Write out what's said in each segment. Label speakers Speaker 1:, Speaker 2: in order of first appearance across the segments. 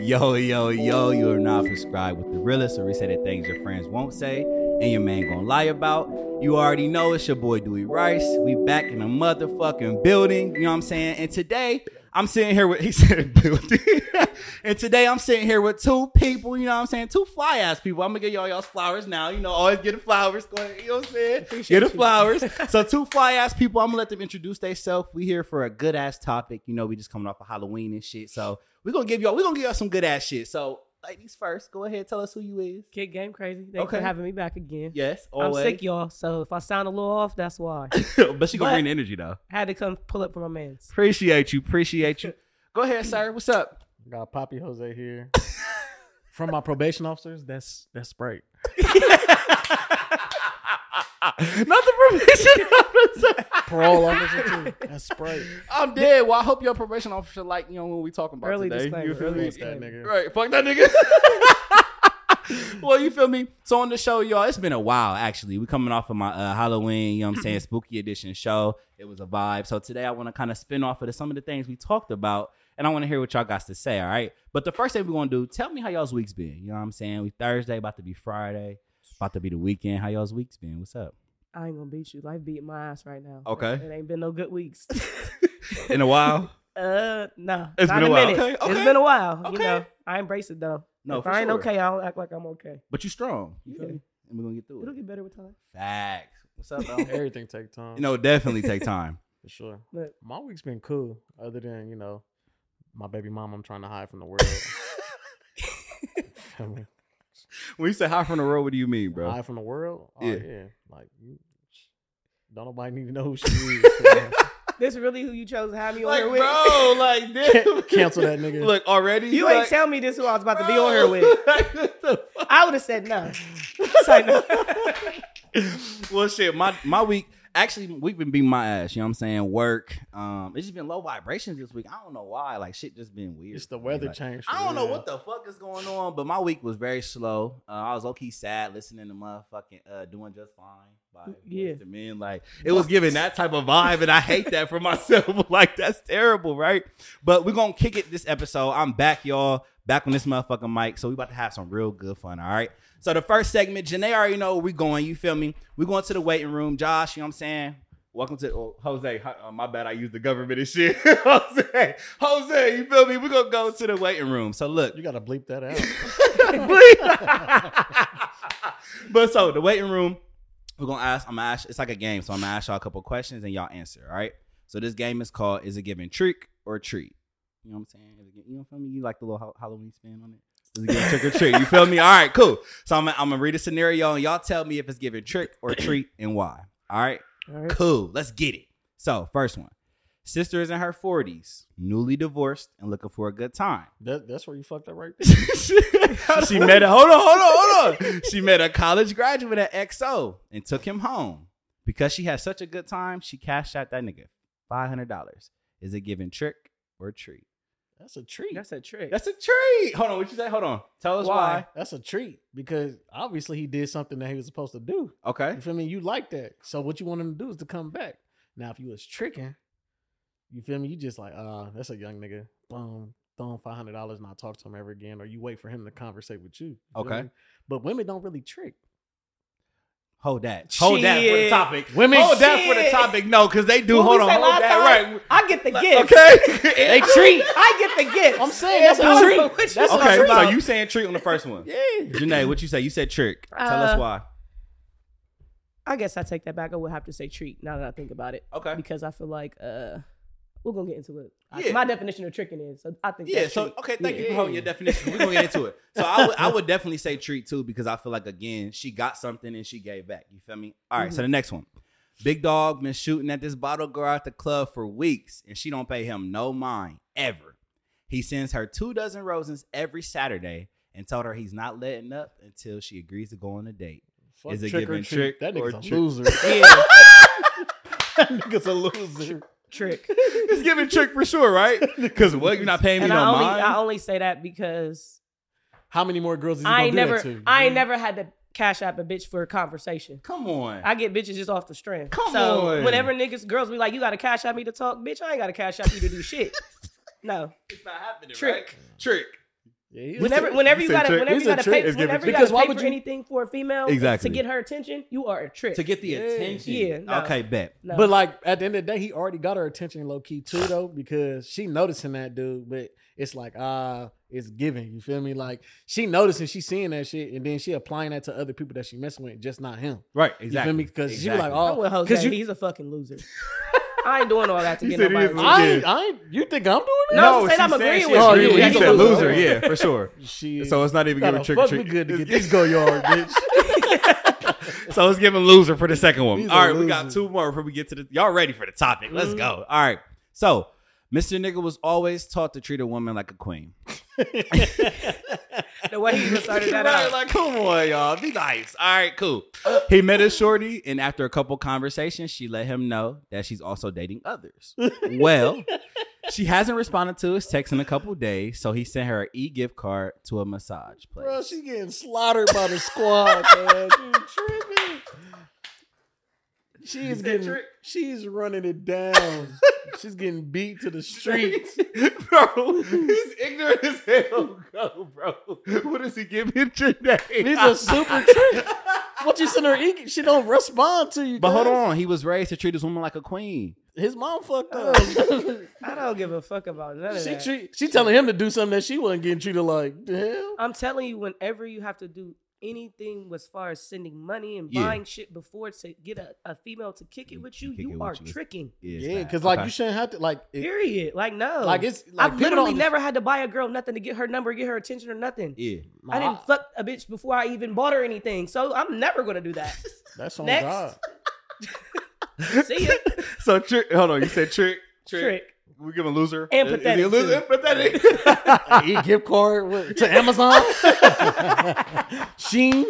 Speaker 1: Yo, yo, yo, you are not subscribed with the realest or reset of things your friends won't say and your man gonna lie about. You already know it's your boy Dewey Rice. We back in the motherfucking building. You know what I'm saying? And today I'm sitting here with he said building. and today I'm sitting here with two people, you know what I'm saying? Two fly ass people. I'm gonna give y'all y'all's flowers now. You know, always get the flowers. Go ahead, you know what I'm saying?
Speaker 2: Appreciate
Speaker 1: get the
Speaker 2: you.
Speaker 1: flowers. so two fly ass people, I'm gonna let them introduce themselves. We here for a good ass topic. You know, we just coming off of Halloween and shit. So we're gonna give y'all, we're gonna give y'all some good ass shit. So ladies first, go ahead, tell us who you is.
Speaker 2: Kid Game Crazy. Thanks
Speaker 1: Okay.
Speaker 2: for having me back again.
Speaker 1: Yes,
Speaker 2: I'm
Speaker 1: always.
Speaker 2: sick, y'all. So if I sound a little off, that's why.
Speaker 1: but she gonna
Speaker 2: But-
Speaker 1: bring the energy though.
Speaker 2: had to come pull up for my man's.
Speaker 1: Appreciate you. Appreciate you. Go ahead, sir. What's up?
Speaker 3: Got Poppy Jose here. From my probation officers, that's that's Sprite.
Speaker 1: Not the probation officer.
Speaker 3: Parole officer too. That's Sprite.
Speaker 1: I'm dead. Well, I hope your probation officer like you know what we talking about
Speaker 2: Early
Speaker 1: today. You
Speaker 2: disclaimer.
Speaker 1: feel
Speaker 2: Early
Speaker 1: me?
Speaker 3: What's that
Speaker 2: Disclaimer.
Speaker 3: nigga?
Speaker 1: Right. Fuck that nigga. well, you feel me? So on the show, y'all, it's been a while actually. We coming off of my uh, Halloween, you know what I'm saying, spooky edition show. It was a vibe. So today I want to kind of spin off of the, some of the things we talked about and I want to hear what y'all got to say, all right? But the first thing we're going to do, tell me how y'all's week's been. You know what I'm saying? We Thursday about to be Friday, about to be the weekend. How y'all's week's been? What's up?
Speaker 2: I ain't gonna beat you. Life beating my ass right now.
Speaker 1: Okay.
Speaker 2: It, it ain't been no good weeks.
Speaker 1: In a while?
Speaker 2: uh, no.
Speaker 1: It's
Speaker 2: not
Speaker 1: been a while.
Speaker 2: minute.
Speaker 1: Okay, okay.
Speaker 2: It's been a while. You
Speaker 1: Okay.
Speaker 2: know, I embrace it though.
Speaker 1: No,
Speaker 2: if
Speaker 1: for
Speaker 2: I ain't
Speaker 1: sure.
Speaker 2: okay, I don't act like I'm okay.
Speaker 1: But you strong. You feel
Speaker 2: Yeah.
Speaker 1: me? And we're going to get through
Speaker 2: It'll
Speaker 1: it.
Speaker 2: get better with time.
Speaker 1: Facts. What's up, bro?
Speaker 3: Everything take time.
Speaker 1: no, definitely take time.
Speaker 3: for sure.
Speaker 2: Look,
Speaker 3: My week's been cool, other than you know, my baby mom. I'm trying to hide from the world. Feel me?
Speaker 1: when you say high from the road, what do you mean, bro?
Speaker 3: Hide from the world. Oh,
Speaker 1: Yeah.
Speaker 3: yeah. Like, you, don't nobody need to know who she is.
Speaker 2: this really who you chose to have me on
Speaker 1: like,
Speaker 2: here with?
Speaker 1: bro, like, damn.
Speaker 3: Can- cancel that nigga.
Speaker 1: Look, already.
Speaker 2: you ain't
Speaker 1: like,
Speaker 2: tell me this who I was about to be
Speaker 1: bro.
Speaker 2: on here with.
Speaker 1: Like, what the fuck?
Speaker 2: I would have said no. Say no.
Speaker 1: well, shit, my my week actually week been beating my ass. You know what I'm saying? Work. Um, it's just been low vibrations this week. I don't know why. Like, shit, just been weird.
Speaker 3: it's the weather
Speaker 1: Like,
Speaker 3: change.
Speaker 1: I don't know what
Speaker 3: the.
Speaker 1: the fuck is going on, but my week was very slow. Uh, I was low key sad listening to motherfucking uh, doing just fine. By
Speaker 2: Yeah.
Speaker 1: Boyz II Men. Like it was giving that type of vibe, and I hate that for myself. like that's terrible, right? But we're gonna kick it this episode. I'm back, y'all. Back on this motherfucking mic. So we about to have some real good fun. All right. So the first segment, Janae already know where we going. You feel me? We going to the waiting room, Josh. You know what I'm saying? Welcome to oh, Jose. hi- uh, my bad, I used the government and shit. Jose, Jose, you feel me? We're gonna go to the waiting room. So look,
Speaker 3: You gotta bleep that out.
Speaker 1: but so the waiting room, we're gonna ask. I'm gonna ask. It's like a game, so I'm gonna ask y'all a couple questions and y'all answer. All right. So this game is called "Is it giving trick or treat?" You know what I'm saying? Is it, gi- you know what I mean? You like the little Hall- Halloween spin on it? Is it giving trick or treat? You feel me? All right, cool. So I'm gonna, I'm gonna read a scenario and y'all tell me if it's giving trick or treat and why. All right.
Speaker 2: All right.
Speaker 1: Cool. Let's get it. So first one. Sister is in her 40s, newly divorced, and looking for a good time
Speaker 3: That, that's where you fucked up right there.
Speaker 1: she met a hold on, hold on, hold on. She met a college graduate at XO and took him home. Because she had such a good time, she cashed out that nigga five hundred dollars. Is it giving trick or treat?
Speaker 3: That's a treat.
Speaker 2: That's a trick.
Speaker 1: That's a treat. Hold on, what you say? Hold on. Tell us why.
Speaker 3: That's a treat because obviously he did something that he was supposed to do.
Speaker 1: Okay.
Speaker 3: You feel me? You like that. So what you want him to do is to come back. Now, if you was tricking, you feel me? You just like, ah, that's a young nigga. Boom, throw him five hundred dollars and I talk to him ever again, or you wait for him to conversate with you. you feel
Speaker 1: Okay.
Speaker 3: me? But women don't really trick.
Speaker 1: Hold that. Hold that for the
Speaker 2: Shit.
Speaker 1: topic.
Speaker 3: Women-
Speaker 1: Hold that for the
Speaker 2: Shit.
Speaker 1: topic. No, because they do.
Speaker 2: What we
Speaker 1: hold on.
Speaker 2: say
Speaker 1: Hold
Speaker 2: last
Speaker 1: that.
Speaker 2: time?
Speaker 1: Right.
Speaker 2: I get the gift.
Speaker 1: Okay. they
Speaker 3: treat.
Speaker 2: I get the gift.
Speaker 3: I'm saying that's
Speaker 2: Yeah,
Speaker 3: a treat.
Speaker 2: but-
Speaker 3: That's
Speaker 2: That's
Speaker 3: a
Speaker 1: Okay,
Speaker 3: treat.
Speaker 1: so you saying treat on the first one.
Speaker 3: yeah.
Speaker 1: Janae, what you say? You said trick. Tell us
Speaker 2: Uh,
Speaker 1: why.
Speaker 2: I guess I take that back. I would have to say treat now that I think about it.
Speaker 1: Okay.
Speaker 2: Because I feel like uh we're gonna get into it. I-
Speaker 1: Yeah.
Speaker 2: My definition of tricking is so I think
Speaker 1: Yeah.
Speaker 2: that's
Speaker 1: So
Speaker 2: treat.
Speaker 1: okay, thank
Speaker 2: Yeah.
Speaker 1: you for holding your definition. We're gonna get into it. So I would, I would definitely say treat too because I feel like again she got something and she gave back. You feel me? All
Speaker 2: Mm-hmm.
Speaker 1: right, So the next one, big dog been shooting at this bottle girl at the club for weeks and she don't pay him no mind ever. He sends her two dozen roses every Saturday and told her he's not letting up until she agrees to go on a date.
Speaker 3: Fuck
Speaker 1: Is it
Speaker 3: trick or
Speaker 1: giving
Speaker 3: treat.
Speaker 1: trick
Speaker 3: That
Speaker 1: or
Speaker 3: nigga's a
Speaker 1: treat?
Speaker 3: loser.
Speaker 2: Yeah,
Speaker 3: that nigga's a loser.
Speaker 2: trick.
Speaker 1: It's giving trick for sure, right? Because what you're not paying me
Speaker 2: And
Speaker 1: no
Speaker 2: I only
Speaker 1: mind.
Speaker 2: I only say that because
Speaker 3: How many more girls is he
Speaker 2: I
Speaker 3: gonna
Speaker 2: ain't
Speaker 3: do
Speaker 2: never
Speaker 3: that to?
Speaker 2: I ain't never had to cash app a bitch for a conversation.
Speaker 1: Come on.
Speaker 2: I get bitches just off the strand.
Speaker 1: Come
Speaker 2: so
Speaker 1: on.
Speaker 2: whenever niggas girls be like, you gotta cash out me to talk, bitch, I ain't gotta cash out you to do shit. No.
Speaker 1: it's not happening.
Speaker 2: Trick.
Speaker 1: Trick.
Speaker 3: Yeah, he-
Speaker 2: Whenever, whenever you
Speaker 4: said
Speaker 2: gotta,
Speaker 4: trick.
Speaker 2: whenever
Speaker 4: You
Speaker 2: you
Speaker 4: said
Speaker 2: gotta
Speaker 4: trick
Speaker 2: pay,
Speaker 4: is giving
Speaker 2: whenever you
Speaker 3: trick.
Speaker 2: gotta
Speaker 3: Because why
Speaker 2: pay
Speaker 3: would
Speaker 2: for
Speaker 3: you-
Speaker 2: anything for a female,
Speaker 1: Exactly.
Speaker 2: to get her attention, you are a trick.
Speaker 1: to get the
Speaker 3: Yeah.
Speaker 1: attention.
Speaker 2: Yeah, no.
Speaker 1: Okay, bet.
Speaker 2: No.
Speaker 3: But like at the end of the day, he already got her attention low key too though, because she noticing that dude, but it's like ah, it's giving. You feel me? Like she noticing, she seeing that shit, and then she applying that to other people that she messing with, just not him.
Speaker 1: Right,
Speaker 3: You
Speaker 1: exactly.
Speaker 3: feel me? Because she was like,
Speaker 1: Exactly.
Speaker 2: I'm
Speaker 3: oh,
Speaker 2: with Jose.
Speaker 3: 'cause you-
Speaker 2: he's a fucking loser. I ain't doing all that to
Speaker 4: You
Speaker 2: get
Speaker 4: said
Speaker 2: nobody.
Speaker 4: he's a-
Speaker 2: I-
Speaker 3: I, ain't, I ain't, you think I'm doing Oh, it?
Speaker 2: No, I'm saying I'm
Speaker 4: she said
Speaker 2: agreeing
Speaker 4: she
Speaker 2: with
Speaker 4: agreed
Speaker 2: you.
Speaker 4: with
Speaker 2: Yeah,
Speaker 4: You
Speaker 2: you
Speaker 4: said
Speaker 2: a
Speaker 4: loser,
Speaker 2: loser.
Speaker 4: yeah, for sure.
Speaker 3: She,
Speaker 4: So it's not even
Speaker 3: gotta
Speaker 4: giving trick or
Speaker 3: fuck me
Speaker 4: treat.
Speaker 3: good to get
Speaker 4: It's-
Speaker 3: this go yard, bitch.
Speaker 1: So it's giving loser for the second one.
Speaker 3: He's
Speaker 1: All
Speaker 3: a
Speaker 1: right, we got
Speaker 3: loser.
Speaker 1: two more before we get to the. Y'all ready for the topic? Let's go. All right. So Mr. Nigga was always taught to treat a woman like a queen.
Speaker 2: the way he just started that
Speaker 1: Right,
Speaker 2: out.
Speaker 1: Like, come on, y'all. Be nice. All right, cool. He met a shorty, and after a couple conversations, she let him know that she's also dating others. Well, she hasn't responded to his text in a couple days, so he sent her an e gift card to a massage place.
Speaker 3: Bro, she getting slaughtered by the squad, man. You tripping? She's getting, she's running it down. she's getting beat to the streets.
Speaker 4: bro, he's ignorant as hell. Go, bro. What does he give him today?
Speaker 3: These are super trick. What you send her? e- She don't respond to you.
Speaker 1: but hold
Speaker 3: cuz.
Speaker 1: on, he was raised to treat his woman like a queen.
Speaker 3: his mom fucked
Speaker 2: Oh.
Speaker 3: up.
Speaker 2: I don't give a fuck about none of
Speaker 3: she
Speaker 2: that.
Speaker 3: treat, she telling him to do something that she wasn't getting treated like. The hell?
Speaker 2: I'm telling you, whenever you have to do anything as far as sending money and
Speaker 1: Yeah.
Speaker 2: buying shit before to get a, a female to kick it with you,
Speaker 1: Kick it
Speaker 2: you
Speaker 1: with
Speaker 2: are
Speaker 1: you.
Speaker 2: tricking.
Speaker 1: Is
Speaker 3: Yeah,
Speaker 1: that-
Speaker 3: because like
Speaker 1: okay.
Speaker 3: you shouldn't have to like. It,
Speaker 2: Period. Like no,
Speaker 3: like it's like
Speaker 2: I've
Speaker 3: people
Speaker 2: literally
Speaker 3: don't
Speaker 2: never had to buy a girl nothing to get her number, get her attention, or nothing.
Speaker 1: yeah.
Speaker 3: understand-
Speaker 2: I didn't fuck a bitch before I even bought her anything, so I'm never gonna do that.
Speaker 3: That's on
Speaker 2: Next.
Speaker 3: God.
Speaker 2: See ya,
Speaker 4: so trick. Hold on, you said trick. Trick.
Speaker 2: trick.
Speaker 4: We give him loser.
Speaker 2: And
Speaker 4: Is- is he
Speaker 2: pathetic,
Speaker 4: a loser? And pathetic.
Speaker 3: An e gift card with- to Amazon. Sheen.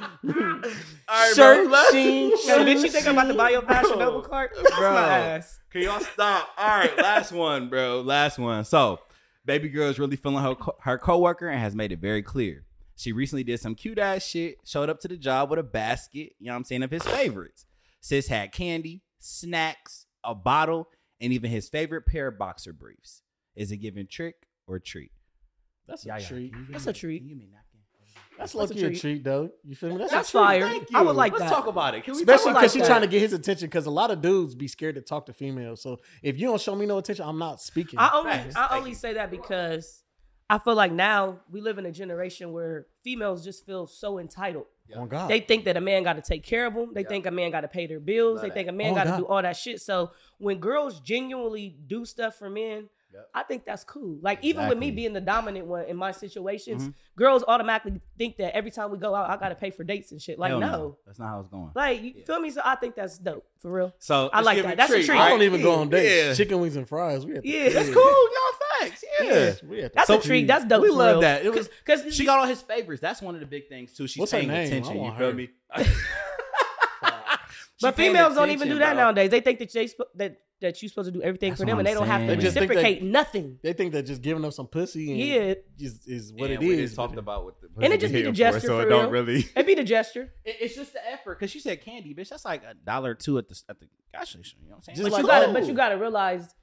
Speaker 4: All right,
Speaker 3: Shirt.
Speaker 4: bro. Let's-
Speaker 3: Sheen.
Speaker 2: Yo,
Speaker 3: shoes,
Speaker 2: bitch, you think I'm about to buy your Fashion
Speaker 4: Bro.
Speaker 2: Nova card? Kiss
Speaker 1: Bro.
Speaker 2: my ass.
Speaker 1: Can y'all stop? All right, last one, bro. Last one. So, baby girl is really feeling her co- her coworker and has made it very clear. She recently did some cute ass shit. Showed up to the job with a basket. You know what I'm saying of his favorites. Sis had candy, snacks, a bottle, and even his favorite pair of boxer briefs. Is it giving trick or treat?
Speaker 3: That's
Speaker 1: Y'all-
Speaker 3: a
Speaker 1: y'all-
Speaker 3: treat.
Speaker 1: can you give
Speaker 2: That's
Speaker 1: me-
Speaker 2: a treat.
Speaker 1: can you give me a napkin?
Speaker 3: That's
Speaker 2: a
Speaker 3: lucky a
Speaker 2: treat.
Speaker 3: treat, though. You feel me? That's,
Speaker 2: That's
Speaker 3: a treat.
Speaker 2: fire.
Speaker 3: Thank
Speaker 2: I
Speaker 3: you.
Speaker 2: would like
Speaker 1: Let's
Speaker 2: that.
Speaker 1: talk about it. Can we
Speaker 3: Especially
Speaker 1: talk about
Speaker 3: because
Speaker 2: like
Speaker 3: she's
Speaker 2: that.
Speaker 3: trying to get his attention. Because a lot of dudes be scared to talk to females. So if you don't show me no attention, I'm not speaking.
Speaker 2: I only
Speaker 1: Facts.
Speaker 2: I
Speaker 1: Thank
Speaker 2: only
Speaker 1: you.
Speaker 2: say that because I feel like now we live in a generation where females just feel so entitled.
Speaker 3: on Oh, God,
Speaker 2: They think that a man got to take care of them. They think a man got to pay their bills.
Speaker 1: Love
Speaker 2: they
Speaker 1: that.
Speaker 2: think a man
Speaker 3: Oh,
Speaker 2: got to
Speaker 3: God.
Speaker 2: do all that shit. So when girls genuinely do stuff for men,
Speaker 1: Yep.
Speaker 2: I think that's cool. Like even with me
Speaker 1: Exactly. Mm-hmm.
Speaker 2: being the dominant one in my situations, girls automatically think that every time we go out, I got to pay for dates and shit. Like
Speaker 1: Hell
Speaker 2: no.
Speaker 1: that's not how it's going.
Speaker 2: Like you
Speaker 1: Yeah.
Speaker 2: feel me? So I think that's dope for real.
Speaker 1: So
Speaker 2: I
Speaker 1: let's
Speaker 2: like
Speaker 1: give
Speaker 2: that.
Speaker 1: it
Speaker 2: That's a treat.
Speaker 3: I don't
Speaker 1: right?
Speaker 3: even go on dates.
Speaker 1: Yeah.
Speaker 3: Chicken wings and fries. We at the
Speaker 2: Yeah, that's
Speaker 3: crib.
Speaker 1: Cool, no facts. yeah.
Speaker 3: Yeah, we at the
Speaker 2: That's
Speaker 1: So-
Speaker 2: a treat. That's dope.
Speaker 1: We
Speaker 2: for
Speaker 1: love
Speaker 2: real.
Speaker 1: that. It was
Speaker 2: Cause
Speaker 1: she got all his favorites. That's one of the big things too. She's
Speaker 3: What's her
Speaker 1: paying
Speaker 3: name? I
Speaker 1: attention. You
Speaker 3: want
Speaker 1: feel
Speaker 3: her.
Speaker 1: me?
Speaker 2: But females don't even do that nowadays. They think that they sp- that that you supposed to do everything
Speaker 1: That's
Speaker 2: for
Speaker 1: what
Speaker 2: them, and
Speaker 1: I'm
Speaker 2: they don't have to
Speaker 1: saying.
Speaker 3: They just think they-
Speaker 2: reciprocate nothing.
Speaker 3: They think that just giving up some pussy and
Speaker 2: Yeah,
Speaker 3: is, is
Speaker 1: What
Speaker 3: what
Speaker 1: and
Speaker 3: it is.
Speaker 1: talked
Speaker 3: but-
Speaker 1: about with the
Speaker 2: And it just be the gesture
Speaker 4: So it
Speaker 2: for
Speaker 4: don't
Speaker 2: real.
Speaker 4: really.
Speaker 2: it be the gesture.
Speaker 1: It- it's just the effort because you said candy, bitch. That's like a dollar or two at the at the gas station. You know what I'm saying?
Speaker 3: Just
Speaker 2: But
Speaker 1: Like,
Speaker 3: like,
Speaker 2: you gotta,
Speaker 3: oh.
Speaker 2: but you gotta realize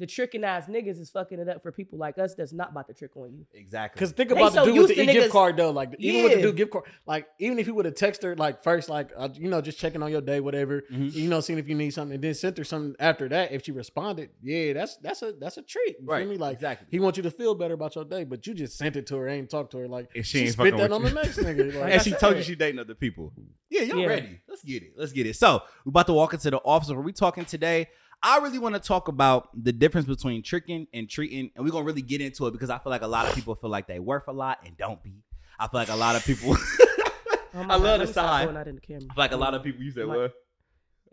Speaker 2: the tricking ass niggas is fucking it up for people like us that's not about to trick on you.
Speaker 1: exactly.
Speaker 3: Cause think
Speaker 2: They
Speaker 3: about
Speaker 2: so
Speaker 3: the dude with
Speaker 2: used
Speaker 3: the
Speaker 2: to
Speaker 3: e gift
Speaker 2: niggas-
Speaker 3: card though, like even with the
Speaker 2: Yeah.
Speaker 3: dude gift card, like even if he would have texted her like first, like uh, you know just checking on your day, whatever,
Speaker 2: Mm-hmm.
Speaker 1: Mhm.
Speaker 3: you know seeing if you need something, and then sent her something after that. If she responded, yeah, that's that's a that's a treat, you
Speaker 1: Right,
Speaker 3: Feel me? Like
Speaker 1: exactly.
Speaker 3: he wants you to feel better about your day, but you just sent it to her, ain't talked to her, like
Speaker 4: If she ain't
Speaker 3: spit
Speaker 4: fucking
Speaker 3: that
Speaker 4: with
Speaker 3: on
Speaker 4: you.
Speaker 3: the next nigga. Like,
Speaker 4: And she
Speaker 3: that's
Speaker 4: told
Speaker 3: it.
Speaker 4: you she dating other people.
Speaker 1: Yeah, y'all
Speaker 2: Yeah.
Speaker 1: ready. Let's get it. Let's get it. So we're about to walk into the office where we talking today. I really want to talk about the difference between tricking and treating, and we're gonna really get into it because I feel like a lot of people feel like they worth a lot and don't be. I feel like a lot of people
Speaker 2: Oh
Speaker 1: I
Speaker 2: my
Speaker 1: love
Speaker 2: God,
Speaker 1: the
Speaker 2: let me stop
Speaker 1: side.
Speaker 2: going out in the camera.
Speaker 1: I feel like a lot of people. You said
Speaker 2: My-
Speaker 1: what?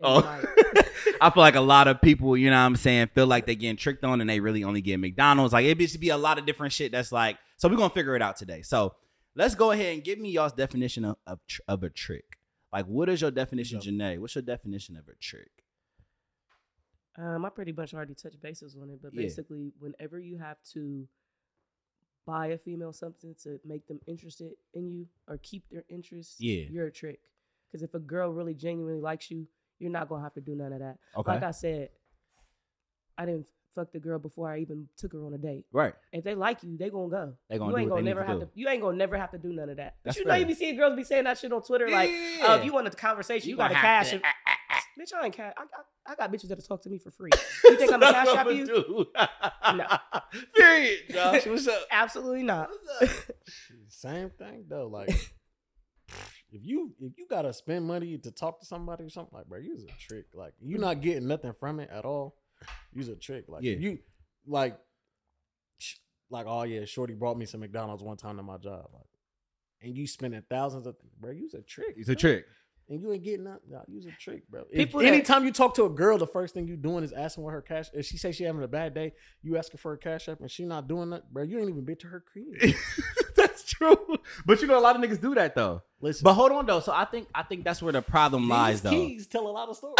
Speaker 2: And
Speaker 1: Oh.
Speaker 2: like,
Speaker 1: I feel like a lot of people, you know what I'm saying, feel like they getting tricked on and they really only get McDonald's. Like it should be a lot of different shit that's like, so we're gonna figure it out today. So let's go ahead and give me y'all's definition of of, tr- of a trick. Like, what is your definition, Janae? What's your definition of a trick?
Speaker 2: um, I pretty much already touched bases on it, but
Speaker 1: Yeah.
Speaker 2: basically, whenever you have to buy a female something to make them interested in you or keep their interest,
Speaker 1: Yeah.
Speaker 2: you're a trick. Because if a girl really genuinely likes you, you're not gonna have to do none of that.
Speaker 1: Okay.
Speaker 2: Like I said, I didn't fucked the girl before I even took her on a date.
Speaker 1: Right.
Speaker 2: If they like you, they gonna go.
Speaker 1: They gonna
Speaker 2: you
Speaker 1: do
Speaker 2: ain't
Speaker 1: what
Speaker 2: gonna
Speaker 1: they
Speaker 2: never
Speaker 1: need to
Speaker 2: have
Speaker 1: do.
Speaker 2: to. You ain't gonna never have to do none of that.
Speaker 1: That's
Speaker 2: but you know
Speaker 1: fair.
Speaker 2: you be seeing girls be saying that shit on Twitter, like,
Speaker 1: Yeah.
Speaker 2: uh, if you want a conversation, you,
Speaker 1: You
Speaker 2: gotta
Speaker 1: gonna have
Speaker 2: cash.
Speaker 1: to-
Speaker 2: it. Bitch, I ain't cash. I, I, I got bitches that'll talk to me for free. You think I'm gonna cash up you? No.
Speaker 1: Period, Josh. What's up?
Speaker 2: Absolutely not.
Speaker 3: Same thing though. Like if you if you gotta spend money to talk to somebody or something, like bro, you's a trick. Like
Speaker 1: Mm.
Speaker 3: you're not getting nothing from it at all. You's a trick. Like
Speaker 1: Yeah.
Speaker 3: you like sh- like oh yeah, Shorty brought me some McDonald's one time to my job. Like, and you spending thousands of bro, you's a trick.
Speaker 1: It's a
Speaker 3: bro.
Speaker 1: trick.
Speaker 3: And you ain't getting nothing. No, you's a trick, bro. If
Speaker 2: People that-
Speaker 3: anytime you talk to a girl, the first thing you doing is asking what her cash. If she say she having a bad day, you ask her for her cash app, and she not doing that, bro. You ain't even been to her crib.
Speaker 1: That's true. But you know, a lot of niggas do that though.
Speaker 3: Listen,
Speaker 1: But hold on though. So I think I think that's where the problem lies
Speaker 3: These
Speaker 1: though.
Speaker 3: keys tell a lot of stories.